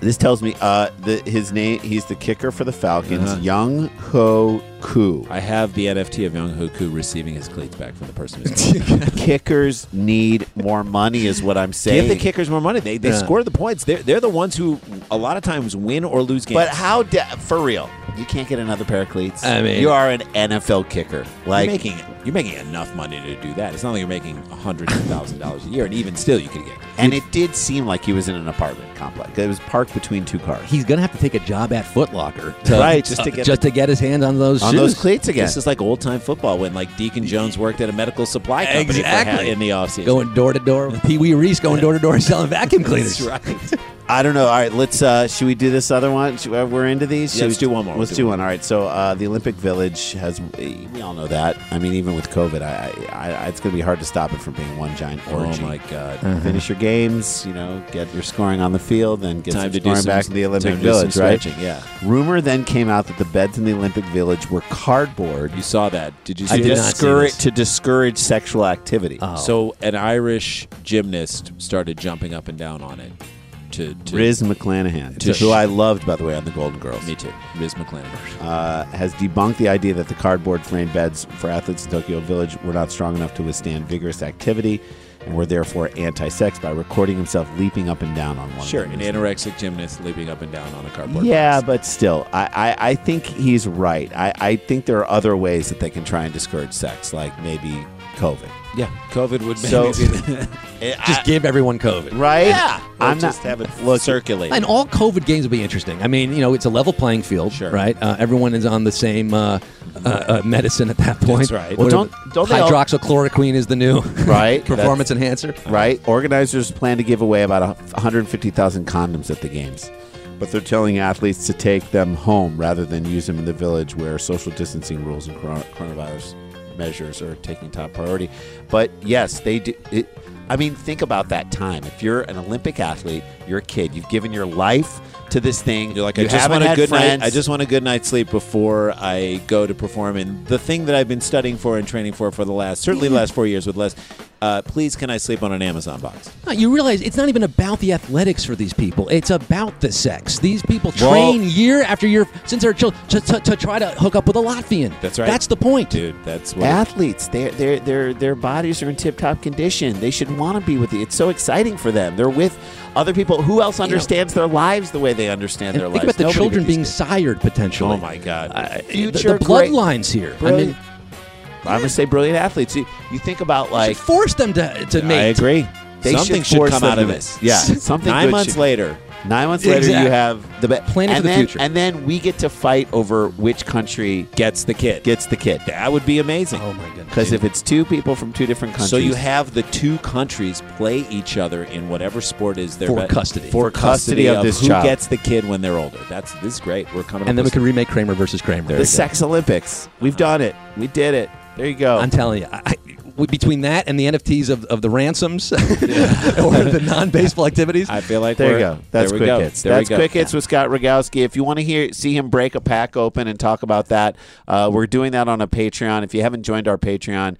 [SPEAKER 2] This tells me uh, the, his name. He's the kicker for the Falcons,
[SPEAKER 3] Uh-huh.
[SPEAKER 2] Young Ho Koo.
[SPEAKER 3] I have the NFT of Young Hoku receiving his cleats back from the person who's
[SPEAKER 2] Kickers need more money, is what I'm saying.
[SPEAKER 3] Give the kickers more money. They, they
[SPEAKER 4] Yeah.
[SPEAKER 3] score the points. They're, they're the ones who a lot of times win or lose games.
[SPEAKER 2] But how da- for real? You can't get another pair of cleats.
[SPEAKER 4] I mean-
[SPEAKER 2] you are an NFL kicker. Like
[SPEAKER 3] you're making you're making enough money to do that. It's not like you're making hundreds of thousand dollars a year, and even still, you could get.
[SPEAKER 2] and it did seem like he was in an apartment complex. It was parked between two cars.
[SPEAKER 4] He's gonna have to take a job at Foot Locker, to,
[SPEAKER 2] Right, just to get-
[SPEAKER 4] uh, just to get his hands on those
[SPEAKER 2] on
[SPEAKER 4] shoes.
[SPEAKER 2] those cleats again.
[SPEAKER 3] This is like old time football when like Deacon Jones worked at a medical supply company for ha-
[SPEAKER 4] Exactly.
[SPEAKER 3] in the offseason.
[SPEAKER 4] Going door to door, with Pee Wee Reese going door to door selling vacuum cleaners.
[SPEAKER 3] That's right.
[SPEAKER 2] I don't know. All right, let's. Uh, should we do this other one? Should, uh, we're into these.
[SPEAKER 3] Yeah,
[SPEAKER 2] Should
[SPEAKER 3] let's
[SPEAKER 2] we-
[SPEAKER 3] do one more.
[SPEAKER 2] Let's
[SPEAKER 3] Let's
[SPEAKER 2] do,
[SPEAKER 3] do
[SPEAKER 2] one. All right. So uh, the Olympic Village has. We all know that. I mean, even with COVID, I, I, I it's going to be hard to stop it from being one giant
[SPEAKER 3] oh
[SPEAKER 2] orgy.
[SPEAKER 3] my god.
[SPEAKER 2] Finish your games. You know, get your scoring on the field, then get
[SPEAKER 3] Time
[SPEAKER 2] some
[SPEAKER 3] to do
[SPEAKER 2] scoring
[SPEAKER 3] some-
[SPEAKER 2] back in the Olympic
[SPEAKER 3] time to do some
[SPEAKER 2] Village, right?
[SPEAKER 3] stretching, yeah.
[SPEAKER 2] Rumor then came out that the beds in the Olympic Village were cardboard
[SPEAKER 3] You saw that? Did you see
[SPEAKER 2] to
[SPEAKER 4] did
[SPEAKER 3] this? Oh.
[SPEAKER 4] not see
[SPEAKER 2] discourage
[SPEAKER 4] this.
[SPEAKER 2] to discourage sexual activity.
[SPEAKER 3] So an Irish gymnast started jumping up and down on it. To, to
[SPEAKER 2] Riz McClanahan,
[SPEAKER 3] To
[SPEAKER 2] who
[SPEAKER 3] sh-
[SPEAKER 2] I loved by the way on the Golden Girls.
[SPEAKER 3] me too, Riz McClanahan.
[SPEAKER 2] uh, has debunked the idea that the cardboard frame beds for athletes in Tokyo Village were not strong enough to withstand vigorous activity and were therefore anti-sex by recording himself leaping up and down on one.
[SPEAKER 3] Sure,
[SPEAKER 2] of
[SPEAKER 3] an
[SPEAKER 2] them.
[SPEAKER 3] anorexic gymnast leaping up and down on a cardboard.
[SPEAKER 2] yeah,
[SPEAKER 3] box.
[SPEAKER 2] but still, I, I, I think he's right. I, I think there are other ways that they can try and discourage sex, like maybe COVID.
[SPEAKER 3] Yeah, COVID would
[SPEAKER 2] So-
[SPEAKER 3] maybe
[SPEAKER 4] Just give everyone COVID.
[SPEAKER 2] Right?
[SPEAKER 3] Yeah. Or
[SPEAKER 2] I'm
[SPEAKER 3] just
[SPEAKER 2] not,
[SPEAKER 3] have it
[SPEAKER 2] look,
[SPEAKER 3] circulate.
[SPEAKER 4] And all COVID games will be interesting. I mean, you know, it's a level playing field,
[SPEAKER 3] Sure.
[SPEAKER 4] right? Uh, everyone is on the same uh, uh, uh, medicine at that point.
[SPEAKER 3] That's right.
[SPEAKER 2] Well,
[SPEAKER 4] What
[SPEAKER 2] don't-
[SPEAKER 4] are the-
[SPEAKER 2] don't they all-
[SPEAKER 4] hydroxychloroquine is the new
[SPEAKER 2] Right,
[SPEAKER 4] performance enhancer.
[SPEAKER 2] right? Organizers plan to give away about a 150,000 condoms at the games, but they're telling athletes to take them home rather than use them in the village where social distancing rules and corona- coronavirus measures are taking top priority. But yes, they do. It, I mean, think about that time. If you're an Olympic athlete, you're a kid. You've given your life to this thing.
[SPEAKER 3] You're like,
[SPEAKER 2] you
[SPEAKER 3] I just
[SPEAKER 2] haven't
[SPEAKER 3] want a
[SPEAKER 2] had
[SPEAKER 3] good
[SPEAKER 2] friends.
[SPEAKER 3] night. I just want a good night's sleep before I go to perform. And the thing that I've been studying for and training for for the last certainly the last four years with Les, uh, please can I sleep on an Amazon box?
[SPEAKER 4] No, You realize it's not even about the athletics for these people. It's about the sex. These people train year after year since they're children to, to, to try to hook up with a Latvian.
[SPEAKER 3] That's right.
[SPEAKER 4] That's the point.
[SPEAKER 3] dude. That's what.
[SPEAKER 2] athletes their their their their bodies are in tip-top condition they should want to be with you it's so exciting for them they're with other people who else understands their lives the way they understand
[SPEAKER 4] And
[SPEAKER 2] their
[SPEAKER 4] think
[SPEAKER 2] lives
[SPEAKER 4] about the
[SPEAKER 2] Nobody
[SPEAKER 4] children
[SPEAKER 2] but these
[SPEAKER 4] being
[SPEAKER 2] kids.
[SPEAKER 4] sired potentially.
[SPEAKER 3] oh my god.
[SPEAKER 4] Uh, the,
[SPEAKER 2] Future
[SPEAKER 4] the
[SPEAKER 2] great-
[SPEAKER 4] bloodlines here. I
[SPEAKER 2] Brilliant.
[SPEAKER 4] mean,
[SPEAKER 2] i'm gonna say brilliant athletes you, you think about
[SPEAKER 4] like,
[SPEAKER 2] like
[SPEAKER 4] force them to, to
[SPEAKER 3] I
[SPEAKER 4] mate.
[SPEAKER 3] agree.
[SPEAKER 2] they
[SPEAKER 3] Something
[SPEAKER 2] should, force
[SPEAKER 3] come
[SPEAKER 2] them
[SPEAKER 3] out of
[SPEAKER 2] to-
[SPEAKER 3] this.
[SPEAKER 2] yeah something
[SPEAKER 3] Nine
[SPEAKER 2] good
[SPEAKER 3] months
[SPEAKER 2] should-
[SPEAKER 3] later.
[SPEAKER 2] nine months later
[SPEAKER 4] Exactly.
[SPEAKER 2] you have the be-
[SPEAKER 4] Planning
[SPEAKER 2] and
[SPEAKER 4] for the
[SPEAKER 2] then,
[SPEAKER 4] future.
[SPEAKER 2] and then we get to fight over which country
[SPEAKER 3] Gets the kid.
[SPEAKER 2] gets the kid
[SPEAKER 3] that would be amazing.
[SPEAKER 4] Oh my goodness.
[SPEAKER 2] because if it's two people from two different countries
[SPEAKER 3] So you have the two countries play each other in whatever sport is their
[SPEAKER 4] For custody.
[SPEAKER 3] For custody, of,
[SPEAKER 2] this
[SPEAKER 3] who
[SPEAKER 2] child.
[SPEAKER 3] gets the kid when they're older. That's this is great. We're coming.
[SPEAKER 4] And
[SPEAKER 3] up
[SPEAKER 4] then we
[SPEAKER 3] with
[SPEAKER 4] can remake Kramer versus Kramer.
[SPEAKER 2] the sex olympics we've done it we did it there you go
[SPEAKER 3] Oh.
[SPEAKER 4] I'm telling you, I, I, w- between that and the NFTs of, of the ransoms or the non-baseball activities,
[SPEAKER 3] I feel like
[SPEAKER 2] There you
[SPEAKER 3] we're-
[SPEAKER 2] go. That's
[SPEAKER 3] there we
[SPEAKER 2] quick
[SPEAKER 3] go.
[SPEAKER 2] hits.
[SPEAKER 3] There we
[SPEAKER 2] That's
[SPEAKER 3] go.
[SPEAKER 2] quick hits with Scott Rogowski. If you want to hear see him break a pack open and talk about that, uh, we're doing that on a Patreon. If you haven't joined our Patreon,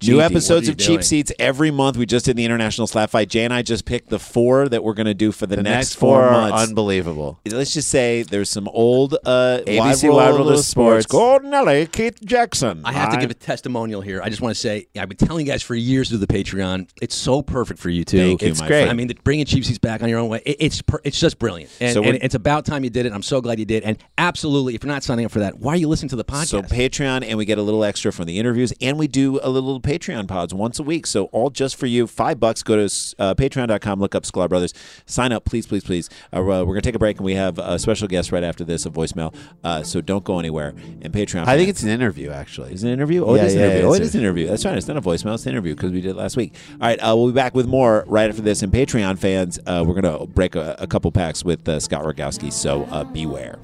[SPEAKER 4] Gee,
[SPEAKER 3] New
[SPEAKER 4] what
[SPEAKER 3] episodes
[SPEAKER 4] are you
[SPEAKER 3] of Cheap
[SPEAKER 4] doing?
[SPEAKER 3] Seats every month. We just did the International Slap Fight. Jay and I just picked the four that we're going to do for the,
[SPEAKER 2] The
[SPEAKER 3] next,
[SPEAKER 2] next four are
[SPEAKER 3] months.
[SPEAKER 2] unbelievable.
[SPEAKER 3] Let's just say there's some old uh,
[SPEAKER 2] ABC Wide World of Sports. Gordon Ellie, Keith Jackson.
[SPEAKER 4] I have to give a testimonial here. I just want to say I've been telling you guys for years through the Patreon. It's so perfect for you too.
[SPEAKER 3] Thank you,
[SPEAKER 4] it's
[SPEAKER 3] my
[SPEAKER 4] great.
[SPEAKER 3] friend.
[SPEAKER 4] I mean, the- bringing cheap seats back on your own way. It, it's per, it's just brilliant. And,
[SPEAKER 3] So
[SPEAKER 4] and
[SPEAKER 3] we're-
[SPEAKER 4] it's about time you did it. I'm so glad you did. And absolutely, if you're not signing up for that, why are you listening to the podcast?
[SPEAKER 3] So Patreon, and we get a little extra from the interviews, and we do a little Patreon pods once a week. So all just for you, five bucks. Go to uh, patreon.com, look up Sklar Brothers, sign up, please, please, please. Uh, we're going to take a break, and we have a special guest right after this, a voicemail. Uh, so don't go anywhere. And Patreon.
[SPEAKER 2] I think it's an interview, actually.
[SPEAKER 3] Is it an interview? Oh,
[SPEAKER 2] Yeah,
[SPEAKER 3] it is an
[SPEAKER 2] yeah,
[SPEAKER 3] interview.
[SPEAKER 2] yeah,
[SPEAKER 3] oh, it
[SPEAKER 2] it's
[SPEAKER 3] is an interview. That's right. It's not a voicemail. It's an interview because we did it last week. All right. Uh, we'll be back with more right after this. And Patreon fans, uh, we're going to break a, a couple packs with uh, Scott Rogowski. So uh, beware.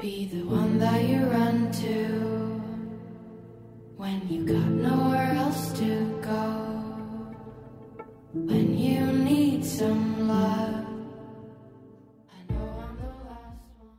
[SPEAKER 6] Be the one that you run to when you got nowhere else to go. When you need some love. I know I'm the last one.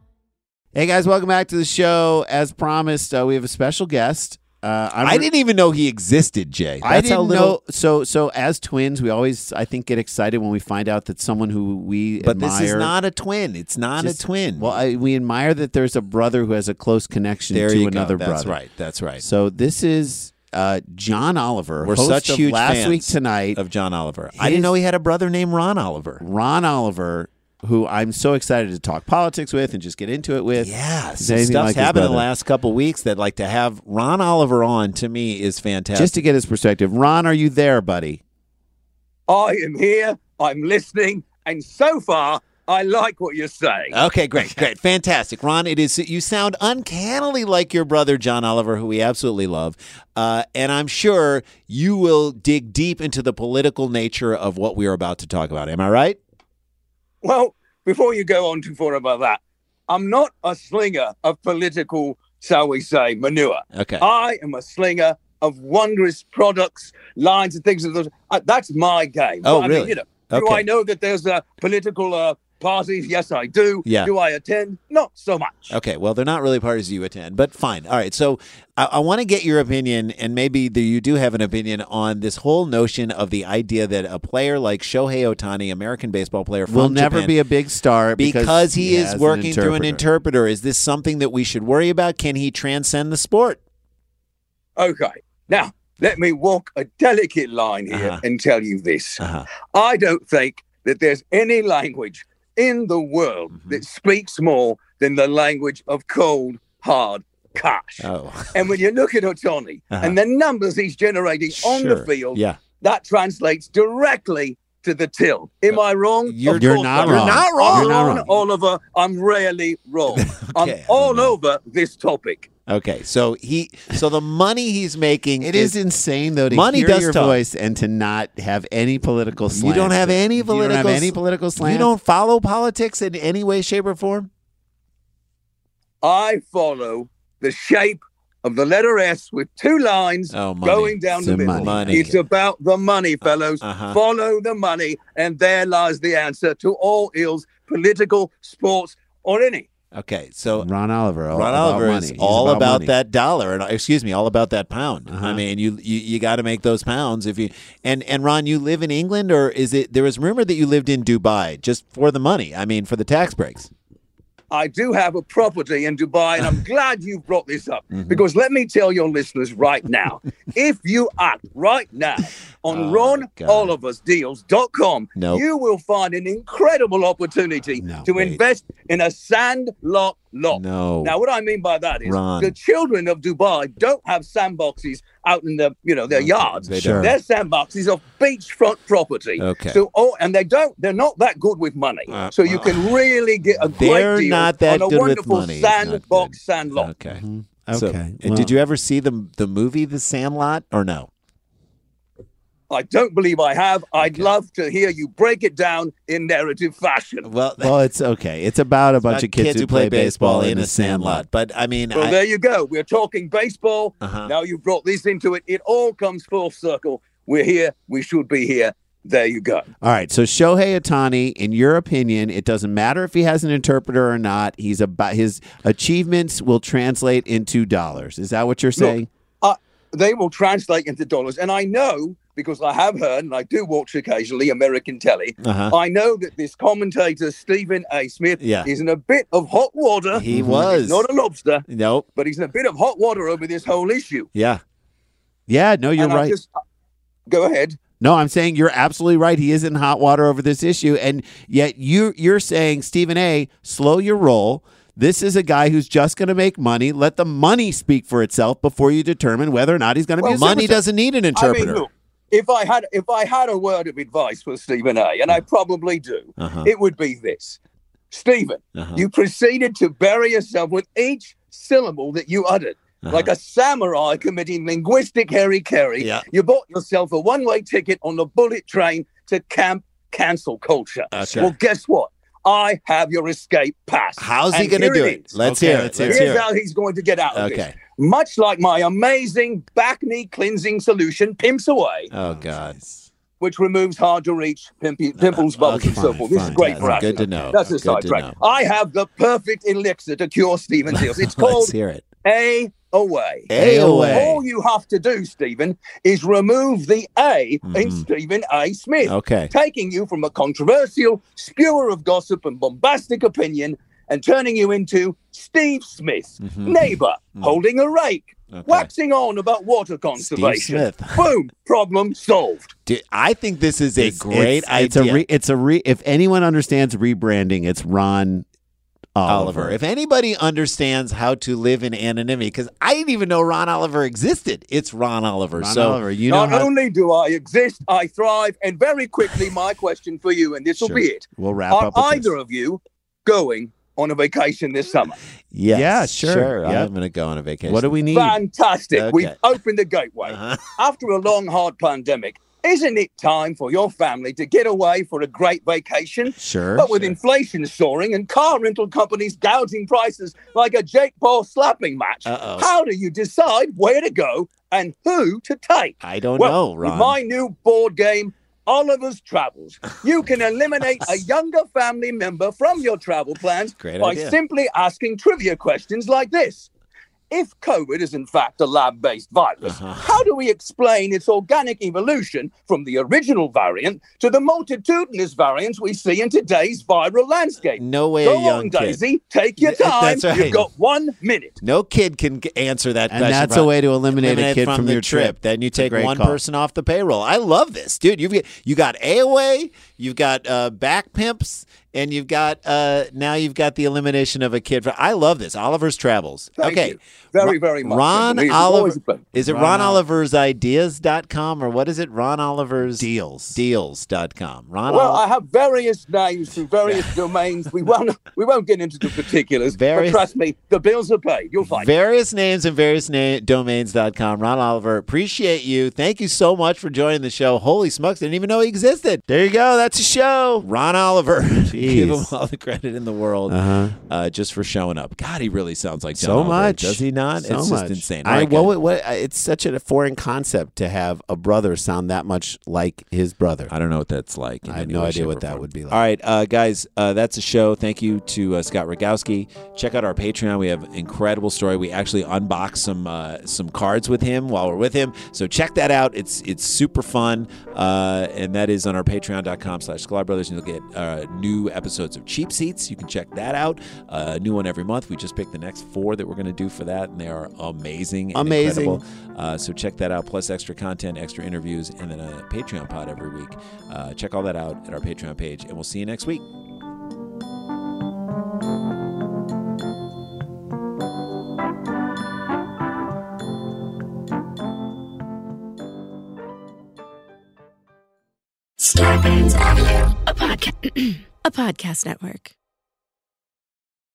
[SPEAKER 2] Hey, guys, welcome back to the show. As promised, uh, we have a special guest. Uh, I'm
[SPEAKER 3] I didn't even know he existed, Jay.
[SPEAKER 2] I
[SPEAKER 3] That's
[SPEAKER 2] didn't
[SPEAKER 3] how little,
[SPEAKER 2] know. So, so as twins, we always, I think, get excited when we find out that someone who we
[SPEAKER 3] But
[SPEAKER 2] admire.
[SPEAKER 3] this is not a twin. It's not
[SPEAKER 2] just-
[SPEAKER 3] a twin.
[SPEAKER 2] Well, I, we admire that there's a brother who has a close connection
[SPEAKER 3] there
[SPEAKER 2] to
[SPEAKER 3] you
[SPEAKER 2] another
[SPEAKER 3] go.
[SPEAKER 2] brother.
[SPEAKER 3] That's right. That's right.
[SPEAKER 2] So this is uh, John Oliver.
[SPEAKER 3] We're
[SPEAKER 2] host
[SPEAKER 3] such
[SPEAKER 2] of
[SPEAKER 3] huge
[SPEAKER 2] last
[SPEAKER 3] fans
[SPEAKER 2] week tonight.
[SPEAKER 3] of John Oliver. I
[SPEAKER 2] His-
[SPEAKER 3] didn't know he had a brother named Ron Oliver.
[SPEAKER 2] Ron Oliver, who I'm so excited to talk politics with and just get into it with.
[SPEAKER 3] Yeah,
[SPEAKER 2] Is
[SPEAKER 3] some
[SPEAKER 2] anything
[SPEAKER 3] stuff's
[SPEAKER 2] like his
[SPEAKER 3] happened in the
[SPEAKER 2] brother.
[SPEAKER 3] last couple weeks that like to have Ron Oliver on to me is fantastic.
[SPEAKER 2] Just to get his perspective, Ron, are you there, buddy?
[SPEAKER 7] I am here. I'm listening, and so far, I like what you're saying.
[SPEAKER 3] Okay, great, great, fantastic, Ron. It is you sound uncannily like your brother John Oliver, who we absolutely love, uh, and I'm sure you will dig deep into the political nature of what we are about to talk about. Am I right?
[SPEAKER 7] Well, before you go on too far about that, I'm not a slinger of political, shall we say, manure.
[SPEAKER 3] Okay.
[SPEAKER 2] Oh,
[SPEAKER 7] I am a slinger of wondrous products, lines, and things of those. Uh, that's my game.
[SPEAKER 3] Oh,
[SPEAKER 7] I
[SPEAKER 3] really?
[SPEAKER 7] Mean, you know, Do
[SPEAKER 3] Okay.
[SPEAKER 7] I know that there's a political uh, parties? Yes, I do.
[SPEAKER 3] Yeah.
[SPEAKER 7] Do I attend? Not so much.
[SPEAKER 3] Okay, well, they're not really parties you attend, but fine. All right, so I, I want to get your opinion, and maybe the, you do have an opinion on this whole notion of the idea that a player like Shohei Otani, American baseball player from
[SPEAKER 2] Will never
[SPEAKER 3] Japan,
[SPEAKER 2] be a big star
[SPEAKER 3] because,
[SPEAKER 2] because,
[SPEAKER 3] he,
[SPEAKER 2] has
[SPEAKER 3] is
[SPEAKER 2] an
[SPEAKER 3] working through an
[SPEAKER 2] interpreter.
[SPEAKER 3] interpreter. Is this something that we should worry about? Can he transcend the sport?
[SPEAKER 7] Okay. Now, let me walk a delicate line here
[SPEAKER 3] Uh-huh.
[SPEAKER 7] and tell you this.
[SPEAKER 3] Uh-huh.
[SPEAKER 7] I don't think that there's any language in the world
[SPEAKER 3] Mm-hmm.
[SPEAKER 7] that speaks more than the language of cold, hard cash.
[SPEAKER 3] Oh,
[SPEAKER 7] And when you look at Otani
[SPEAKER 3] Uh-huh.
[SPEAKER 7] and the numbers he's generating on the
[SPEAKER 3] Sure.
[SPEAKER 7] field,
[SPEAKER 3] Yeah,
[SPEAKER 7] that translates directly to the till. Am I wrong?
[SPEAKER 3] You're-
[SPEAKER 7] Of
[SPEAKER 2] you're
[SPEAKER 7] course
[SPEAKER 2] not
[SPEAKER 7] I'm
[SPEAKER 2] wrong.
[SPEAKER 7] I'm
[SPEAKER 2] You're not wrong.
[SPEAKER 7] Oliver. I'm rarely wrong. I'm
[SPEAKER 3] Okay, I don't
[SPEAKER 7] all
[SPEAKER 3] know.
[SPEAKER 7] over this topic.
[SPEAKER 3] okay. So he, so the money he's making,
[SPEAKER 2] It is insane though to
[SPEAKER 3] Money
[SPEAKER 2] hear
[SPEAKER 3] does
[SPEAKER 2] your
[SPEAKER 3] talk.
[SPEAKER 2] voice and to not have any political
[SPEAKER 3] You
[SPEAKER 2] slant.
[SPEAKER 3] don't have any
[SPEAKER 2] You don't
[SPEAKER 3] political.
[SPEAKER 2] have any political slant.
[SPEAKER 3] You don't follow politics in any way, shape, or form.
[SPEAKER 7] I follow the shape of the letter S with two lines
[SPEAKER 3] Oh, money.
[SPEAKER 7] going down
[SPEAKER 2] It's
[SPEAKER 7] the
[SPEAKER 2] the
[SPEAKER 7] middle.
[SPEAKER 3] money.
[SPEAKER 7] It's about the money, fellows.
[SPEAKER 3] Uh-huh.
[SPEAKER 7] Follow the money, and there lies the answer to all ills, political, sports, or any.
[SPEAKER 3] Okay, so
[SPEAKER 2] Ron Oliver. all
[SPEAKER 3] Ron
[SPEAKER 2] about
[SPEAKER 3] Oliver
[SPEAKER 2] money.
[SPEAKER 3] is
[SPEAKER 2] He's
[SPEAKER 3] all about,
[SPEAKER 2] money.
[SPEAKER 3] that dollar, and excuse me, all about that pound.
[SPEAKER 2] Uh-huh.
[SPEAKER 3] I mean, you you, you got to make those pounds if you. And and Ron, you live in England, or is it? There was rumor that you lived in Dubai just for the money. I mean, for the tax breaks.
[SPEAKER 7] I do have a property in Dubai, and I'm glad you brought this up
[SPEAKER 3] Mm-hmm.
[SPEAKER 7] because let me tell your listeners right now if you act right now on
[SPEAKER 3] Oh, God.
[SPEAKER 7] ronoliversdeals.com,
[SPEAKER 3] Nope.
[SPEAKER 7] you will find an incredible opportunity
[SPEAKER 2] No,
[SPEAKER 7] to
[SPEAKER 3] wait.
[SPEAKER 7] invest in a sandlot lot.
[SPEAKER 3] No.
[SPEAKER 7] Now, what I mean by that is
[SPEAKER 3] Ron.
[SPEAKER 7] the children of Dubai don't have sandboxes out in the you know their yards.
[SPEAKER 3] they don't.
[SPEAKER 7] Their sandboxes are beachfront property.
[SPEAKER 3] Okay.
[SPEAKER 7] So, oh, and they don't. They're not that good with money.
[SPEAKER 3] Uh,
[SPEAKER 7] so you
[SPEAKER 3] uh,
[SPEAKER 7] can really get a great
[SPEAKER 3] They're
[SPEAKER 7] deal
[SPEAKER 3] not that
[SPEAKER 7] on a
[SPEAKER 3] good with
[SPEAKER 7] wonderful
[SPEAKER 3] money. It's not
[SPEAKER 7] sandbox
[SPEAKER 3] good.
[SPEAKER 7] sandlot.
[SPEAKER 3] Okay. So,
[SPEAKER 2] Mm-hmm. Okay.
[SPEAKER 3] and did you ever see the the movie The Sandlot or no?
[SPEAKER 7] I don't believe I have. I'd love to hear you break it down in narrative fashion.
[SPEAKER 3] Well,
[SPEAKER 2] Well, it's okay. It's about a bunch
[SPEAKER 3] about
[SPEAKER 2] of kids, who play baseball in a sandlot.
[SPEAKER 3] But I mean,
[SPEAKER 7] Well,
[SPEAKER 3] I-
[SPEAKER 7] there you go. We're talking baseball.
[SPEAKER 3] Uh-huh.
[SPEAKER 7] Now you've brought this into it. It all comes full circle. We're here. We should be here. There you go.
[SPEAKER 2] All right. So Shohei Otani, in your opinion, it doesn't matter if he has an interpreter or not. He's about his achievements will translate into dollars. Is that what you're saying?
[SPEAKER 7] Uh, they will translate into dollars. And I know because I have heard, and I do watch occasionally American telly.
[SPEAKER 3] Uh-huh.
[SPEAKER 7] I know that this commentator Stephen A. Smith
[SPEAKER 3] Yeah.
[SPEAKER 7] is in a bit of hot water.
[SPEAKER 3] He
[SPEAKER 7] He's
[SPEAKER 3] was.
[SPEAKER 7] not a lobster,
[SPEAKER 3] Nope.
[SPEAKER 7] but he's in a bit of hot water over this whole issue.
[SPEAKER 3] Yeah. Yeah. No, you're
[SPEAKER 7] And I
[SPEAKER 3] right.
[SPEAKER 7] just- uh, go ahead.
[SPEAKER 2] No, I'm saying you're absolutely right. He is in hot water over this issue, and yet you you're saying Stephen A. Slow your roll. This is a guy who's just going to make money. Let the money speak for itself before you determine whether or not he's going to be. A
[SPEAKER 7] Well,
[SPEAKER 2] money doesn't need an
[SPEAKER 7] I mean,
[SPEAKER 2] interpreter.
[SPEAKER 7] look, if I had if I had a word of advice for Stephen A, and I probably do,
[SPEAKER 2] Uh-huh.
[SPEAKER 7] it would be this. Stephen, you proceeded to bury yourself with each syllable that you uttered.
[SPEAKER 2] Uh-huh.
[SPEAKER 7] Like a samurai committing linguistic Harry Carey,
[SPEAKER 3] Yeah.
[SPEAKER 7] you bought yourself a one way ticket on the bullet train to camp cancel culture.
[SPEAKER 3] Okay.
[SPEAKER 7] Well, guess what? I have your escape pass.
[SPEAKER 2] How's he
[SPEAKER 7] And
[SPEAKER 2] going to
[SPEAKER 7] here
[SPEAKER 2] do
[SPEAKER 7] it
[SPEAKER 2] it?
[SPEAKER 7] is.
[SPEAKER 2] Let's
[SPEAKER 3] Okay,
[SPEAKER 2] hear it.
[SPEAKER 3] let's
[SPEAKER 2] Let's
[SPEAKER 3] hear
[SPEAKER 2] hear it.
[SPEAKER 3] it.
[SPEAKER 7] Here's how he's going to get out of
[SPEAKER 2] Okay.
[SPEAKER 7] this. Much like my amazing back knee cleansing solution, Pimps Away,
[SPEAKER 3] Oh, God.
[SPEAKER 7] which removes hard to reach pimpy, pimples,
[SPEAKER 2] Uh,
[SPEAKER 7] bubbles,
[SPEAKER 3] Uh, okay,
[SPEAKER 7] and so
[SPEAKER 3] fine,
[SPEAKER 7] forth. This
[SPEAKER 3] fine.
[SPEAKER 7] is great
[SPEAKER 3] That's
[SPEAKER 7] for us.
[SPEAKER 3] good to know.
[SPEAKER 7] That's a
[SPEAKER 3] Good to
[SPEAKER 7] sidetrack.
[SPEAKER 3] know.
[SPEAKER 7] I have the perfect elixir to cure Stephen's ills. Oh, It's
[SPEAKER 3] Let's
[SPEAKER 7] called
[SPEAKER 3] hear it.
[SPEAKER 7] A Away.
[SPEAKER 2] AOA.
[SPEAKER 7] All you have to do, Stephen, is remove the A in
[SPEAKER 3] Mm-hmm.
[SPEAKER 7] Stephen A. Smith
[SPEAKER 3] Okay.
[SPEAKER 7] taking you from a controversial spewer of gossip and bombastic opinion and turning you into Steve Smith,
[SPEAKER 2] Mm-hmm.
[SPEAKER 7] neighbor holding a rake, waxing on about water conservation.
[SPEAKER 3] Smith.
[SPEAKER 7] Boom, problem solved.
[SPEAKER 3] Dude, I think this is a
[SPEAKER 2] It's-
[SPEAKER 3] great
[SPEAKER 2] it's,
[SPEAKER 3] idea.
[SPEAKER 2] It's a re, it's a re, if anyone understands rebranding, it's Ron Oliver.
[SPEAKER 3] Oliver. If anybody understands how to live in anonymity, because I didn't even know Ron Oliver existed. It's Ron Oliver.
[SPEAKER 2] Ron
[SPEAKER 3] so
[SPEAKER 2] Oliver, you know
[SPEAKER 7] Not
[SPEAKER 2] how,
[SPEAKER 7] only do I exist, I thrive. And very quickly, my question for you, and this will
[SPEAKER 3] Sure.
[SPEAKER 7] be it.
[SPEAKER 2] we'll wrap
[SPEAKER 7] Are
[SPEAKER 2] up. With
[SPEAKER 7] either
[SPEAKER 2] this.
[SPEAKER 7] of you going on a vacation this summer?
[SPEAKER 3] yes,
[SPEAKER 2] Yeah, sure. Yeah.
[SPEAKER 3] I'm going to go on a vacation.
[SPEAKER 2] What do we need?
[SPEAKER 7] Fantastic.
[SPEAKER 3] Okay.
[SPEAKER 7] We've opened the gateway.
[SPEAKER 3] Uh-huh.
[SPEAKER 7] After a long, hard pandemic, isn't it time for your family to get away for a great vacation?
[SPEAKER 2] Sure.
[SPEAKER 7] But with inflation soaring and car rental companies gouging prices like a Jake Paul slapping match,
[SPEAKER 3] Uh-oh.
[SPEAKER 7] how do you decide where to go and who to take?
[SPEAKER 3] I don't
[SPEAKER 7] well,
[SPEAKER 3] know,
[SPEAKER 7] with
[SPEAKER 3] Oh, Ron.
[SPEAKER 7] my new board game, Oliver's Travels, you can eliminate a younger family member from your travel plans
[SPEAKER 3] Great
[SPEAKER 7] by
[SPEAKER 3] idea.
[SPEAKER 7] simply asking trivia questions like this. If COVID is in fact a lab based virus,
[SPEAKER 3] Uh-huh.
[SPEAKER 7] how do we explain its organic evolution from the original variant to the multitudinous variants we see in today's viral landscape?
[SPEAKER 3] no way
[SPEAKER 7] Go
[SPEAKER 3] a young
[SPEAKER 7] on,
[SPEAKER 3] kid.
[SPEAKER 7] Daisy. Take your
[SPEAKER 3] Th-
[SPEAKER 7] time.
[SPEAKER 3] that's right.
[SPEAKER 7] You've got one minute.
[SPEAKER 3] No kid can g- answer that
[SPEAKER 2] and
[SPEAKER 3] question.
[SPEAKER 2] that's
[SPEAKER 3] Ron.
[SPEAKER 2] a way to eliminate,
[SPEAKER 3] Eliminate
[SPEAKER 2] a kid from,
[SPEAKER 3] the
[SPEAKER 2] your trip.
[SPEAKER 3] Then you
[SPEAKER 2] It's a
[SPEAKER 3] take
[SPEAKER 2] great
[SPEAKER 3] one
[SPEAKER 2] call.
[SPEAKER 3] person off the payroll. I love this, dude. You've got- you got AOA, you've got uh, back pimps, and you've got uh, now you've got the elimination of a kid. For, I love this. Oliver's travels.
[SPEAKER 7] Thank
[SPEAKER 3] okay,
[SPEAKER 7] you. Very,
[SPEAKER 3] Ron-
[SPEAKER 7] very much.
[SPEAKER 3] Ron
[SPEAKER 7] It's always
[SPEAKER 3] Oliver
[SPEAKER 7] a pleasure.
[SPEAKER 3] is it Ron,
[SPEAKER 2] Ron Ol-
[SPEAKER 3] Oliver's ideas.com or what is it? Ron Oliver's
[SPEAKER 2] Deals.
[SPEAKER 3] deals.com. Ron
[SPEAKER 7] Well,
[SPEAKER 3] Ol-
[SPEAKER 7] I have various names through various domains. We won't we won't get into the particulars.
[SPEAKER 3] Various-
[SPEAKER 7] But trust me, the bills are paid. You'll find
[SPEAKER 3] Various names and various na- domains.com. Ron Oliver, appreciate you. Thank you so much for joining the show. Holy smokes, didn't even know he existed. There you go. That's a show. Ron Oliver. Give him all the credit in the world
[SPEAKER 2] Uh-huh.
[SPEAKER 3] uh, just for showing up. God, he really sounds like John
[SPEAKER 2] so
[SPEAKER 3] Oliver,
[SPEAKER 2] much.
[SPEAKER 3] Does he not?
[SPEAKER 2] So
[SPEAKER 3] it's
[SPEAKER 2] much.
[SPEAKER 3] just insane. uh, All
[SPEAKER 2] I,
[SPEAKER 3] right,
[SPEAKER 2] what,
[SPEAKER 3] good.
[SPEAKER 2] would- what, it's such a foreign concept to have a brother sound that much like his brother.
[SPEAKER 3] I don't know what that's like. in
[SPEAKER 2] I have
[SPEAKER 3] any
[SPEAKER 2] no
[SPEAKER 3] way,
[SPEAKER 2] idea
[SPEAKER 3] shape,
[SPEAKER 2] what
[SPEAKER 3] or
[SPEAKER 2] that
[SPEAKER 3] form.
[SPEAKER 2] would be like.
[SPEAKER 3] All right, uh, guys, uh, that's a show. Thank you to uh, Scott Rogowski. Check out our Patreon. We have an incredible story. We actually unboxed some uh, some cards with him while we're with him. So check that out. It's it's super fun, uh, and that is on our patreon.com slash Sklar Brothers, and you'll get uh, new episodes of Cheap Seats. You can check that out. Uh, new one every month. We just picked the next four that we're going to do for that, and they are amazing. and
[SPEAKER 2] Amazing.
[SPEAKER 3] incredible. Uh, so check that out, plus extra content, extra interviews, and then a Patreon pod every week. Uh, check all that out at our Patreon page, and we'll see you next week.
[SPEAKER 8] Starbane's Avenue, a podcast, a podcast network.